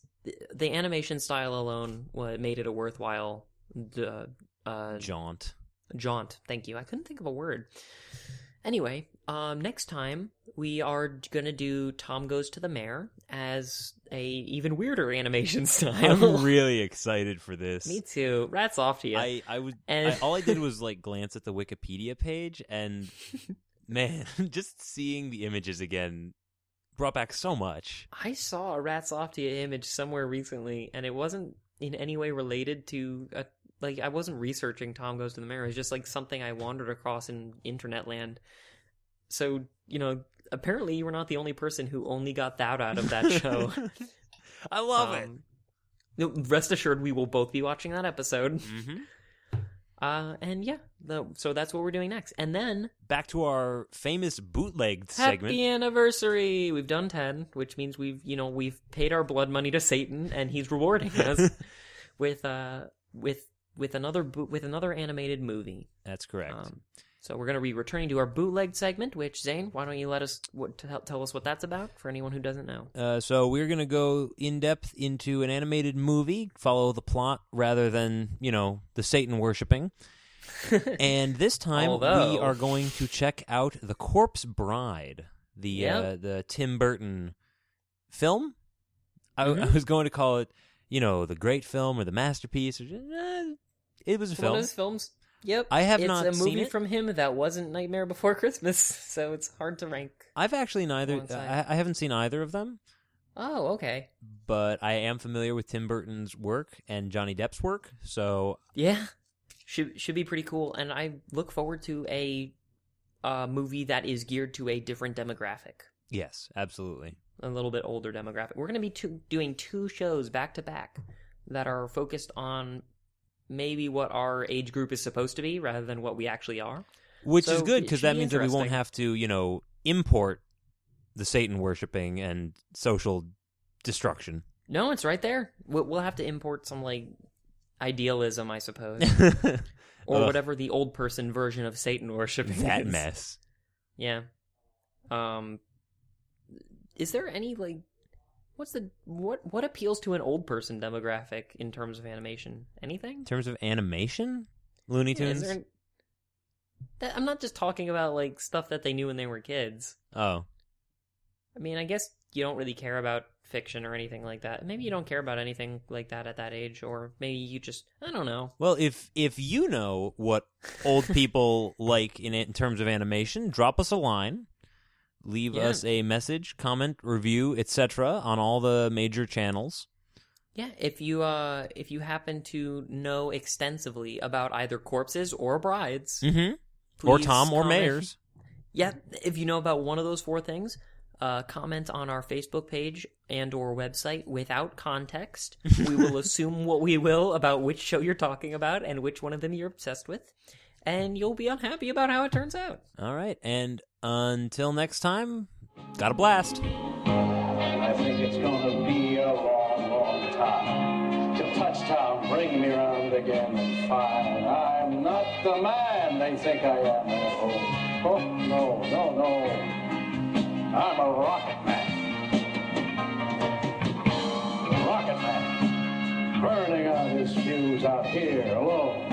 Speaker 2: the animation style alone what made it a worthwhile uh, uh,
Speaker 1: Jaunt.
Speaker 2: jaunt. Thank you. I couldn't think of a word. Anyway, um, next time we are gonna do Tom Goes to the Mayor as a even weirder animation style.
Speaker 1: I'm really excited for this.
Speaker 2: Me too. Rats off to you.
Speaker 1: I I would.
Speaker 2: And-
Speaker 1: I, all I did was like glance at the Wikipedia page, and man, just seeing the images again brought back so much.
Speaker 2: I saw a Rats off to you image somewhere recently, and it wasn't in any way related to a, like I wasn't researching Tom Goes to the Mayor. It was just like something I wandered across in internet land. So you know, apparently you were not the only person who only got that out of that show.
Speaker 1: I love it.
Speaker 2: Um, no, Rest assured, we will both be watching that episode.
Speaker 1: hmm
Speaker 2: Uh, and yeah, the, so that's what we're doing next. And then
Speaker 1: Back to our famous bootlegged
Speaker 2: happy
Speaker 1: segment.
Speaker 2: anniversary. We've done ten, which means we've you know we've paid our blood money to Satan, and he's rewarding us with uh with with another bo- with another animated movie.
Speaker 1: That's correct.
Speaker 2: Um, so we're going to be returning to our bootleg segment. Which Zane, why don't you let us what, tell, tell us what that's about for anyone who doesn't know?
Speaker 1: Uh, so we're going to go in depth into an animated movie, follow the plot rather than, you know, the Satan worshiping. and this time we
Speaker 2: Although-
Speaker 1: are going to check out The Corpse Bride, the uh,
Speaker 2: Yep.
Speaker 1: the Tim Burton film. I, I
Speaker 2: Mhm.
Speaker 1: was going to call it, you know, the great film or the masterpiece. Or just, eh, it was a film.
Speaker 2: One of his films. Yep.
Speaker 1: I have
Speaker 2: it's
Speaker 1: not
Speaker 2: a
Speaker 1: seen
Speaker 2: movie
Speaker 1: it.
Speaker 2: from him that wasn't Nightmare Before Christmas, so it's hard to rank.
Speaker 1: I've actually neither.
Speaker 2: Alongside.
Speaker 1: I, I haven't seen either of them,
Speaker 2: Oh, okay.
Speaker 1: but I am familiar with Tim Burton's work and Johnny Depp's work. So
Speaker 2: Yeah. Should should be pretty cool and I look forward to a uh, movie that is geared to a different demographic,
Speaker 1: yes, absolutely.
Speaker 2: a little bit older demographic. We're going to be two, doing two shows back to back that are focused on maybe what our age group is supposed to be rather than what we actually are.
Speaker 1: which is
Speaker 2: So
Speaker 1: good
Speaker 2: it
Speaker 1: because
Speaker 2: should
Speaker 1: that
Speaker 2: be
Speaker 1: means that we won't
Speaker 2: interesting.
Speaker 1: have to you know import the satan worshipping and social destruction
Speaker 2: No, it's right there. We'll, we'll have to import some like idealism, I suppose. or
Speaker 1: Ugh.
Speaker 2: whatever the old person version of Satan worship is.
Speaker 1: that mess
Speaker 2: Yeah. Um, is there any like, what's the what what appeals to an old person demographic in terms of animation? Anything?
Speaker 1: in terms of animation looney
Speaker 2: Yeah, is
Speaker 1: tunes
Speaker 2: there- that, I'm not just talking about like stuff that they knew when they were kids.
Speaker 1: oh
Speaker 2: I mean, I guess you don't really care about fiction or anything like that. Maybe you don't care about anything like that at that age, or maybe you just I don't know.
Speaker 1: well if if you know what old people like in, in terms of animation drop us a line leave
Speaker 2: Yeah.
Speaker 1: us a message comment review etc on all the major channels
Speaker 2: Yeah, if you uh if you happen to know extensively about either corpses or brides,
Speaker 1: Mm-hmm. Or
Speaker 2: please
Speaker 1: Tom or
Speaker 2: comment-
Speaker 1: Mayors.
Speaker 2: Yeah, if you know about one of those four things, uh, comment on our Facebook page and or website without context. we will assume what we will about which show you're talking about and which one of them you're obsessed with, and you'll be unhappy about how it turns out.
Speaker 1: All right. And until next time, got a blast.
Speaker 4: I think it's gonna be a long, long time till touchdown bring me round again and find I'm not the man they think I am. Oh, oh no, no, no. I'm a rocket man. Rocket man. Burning out his fuse out here alone.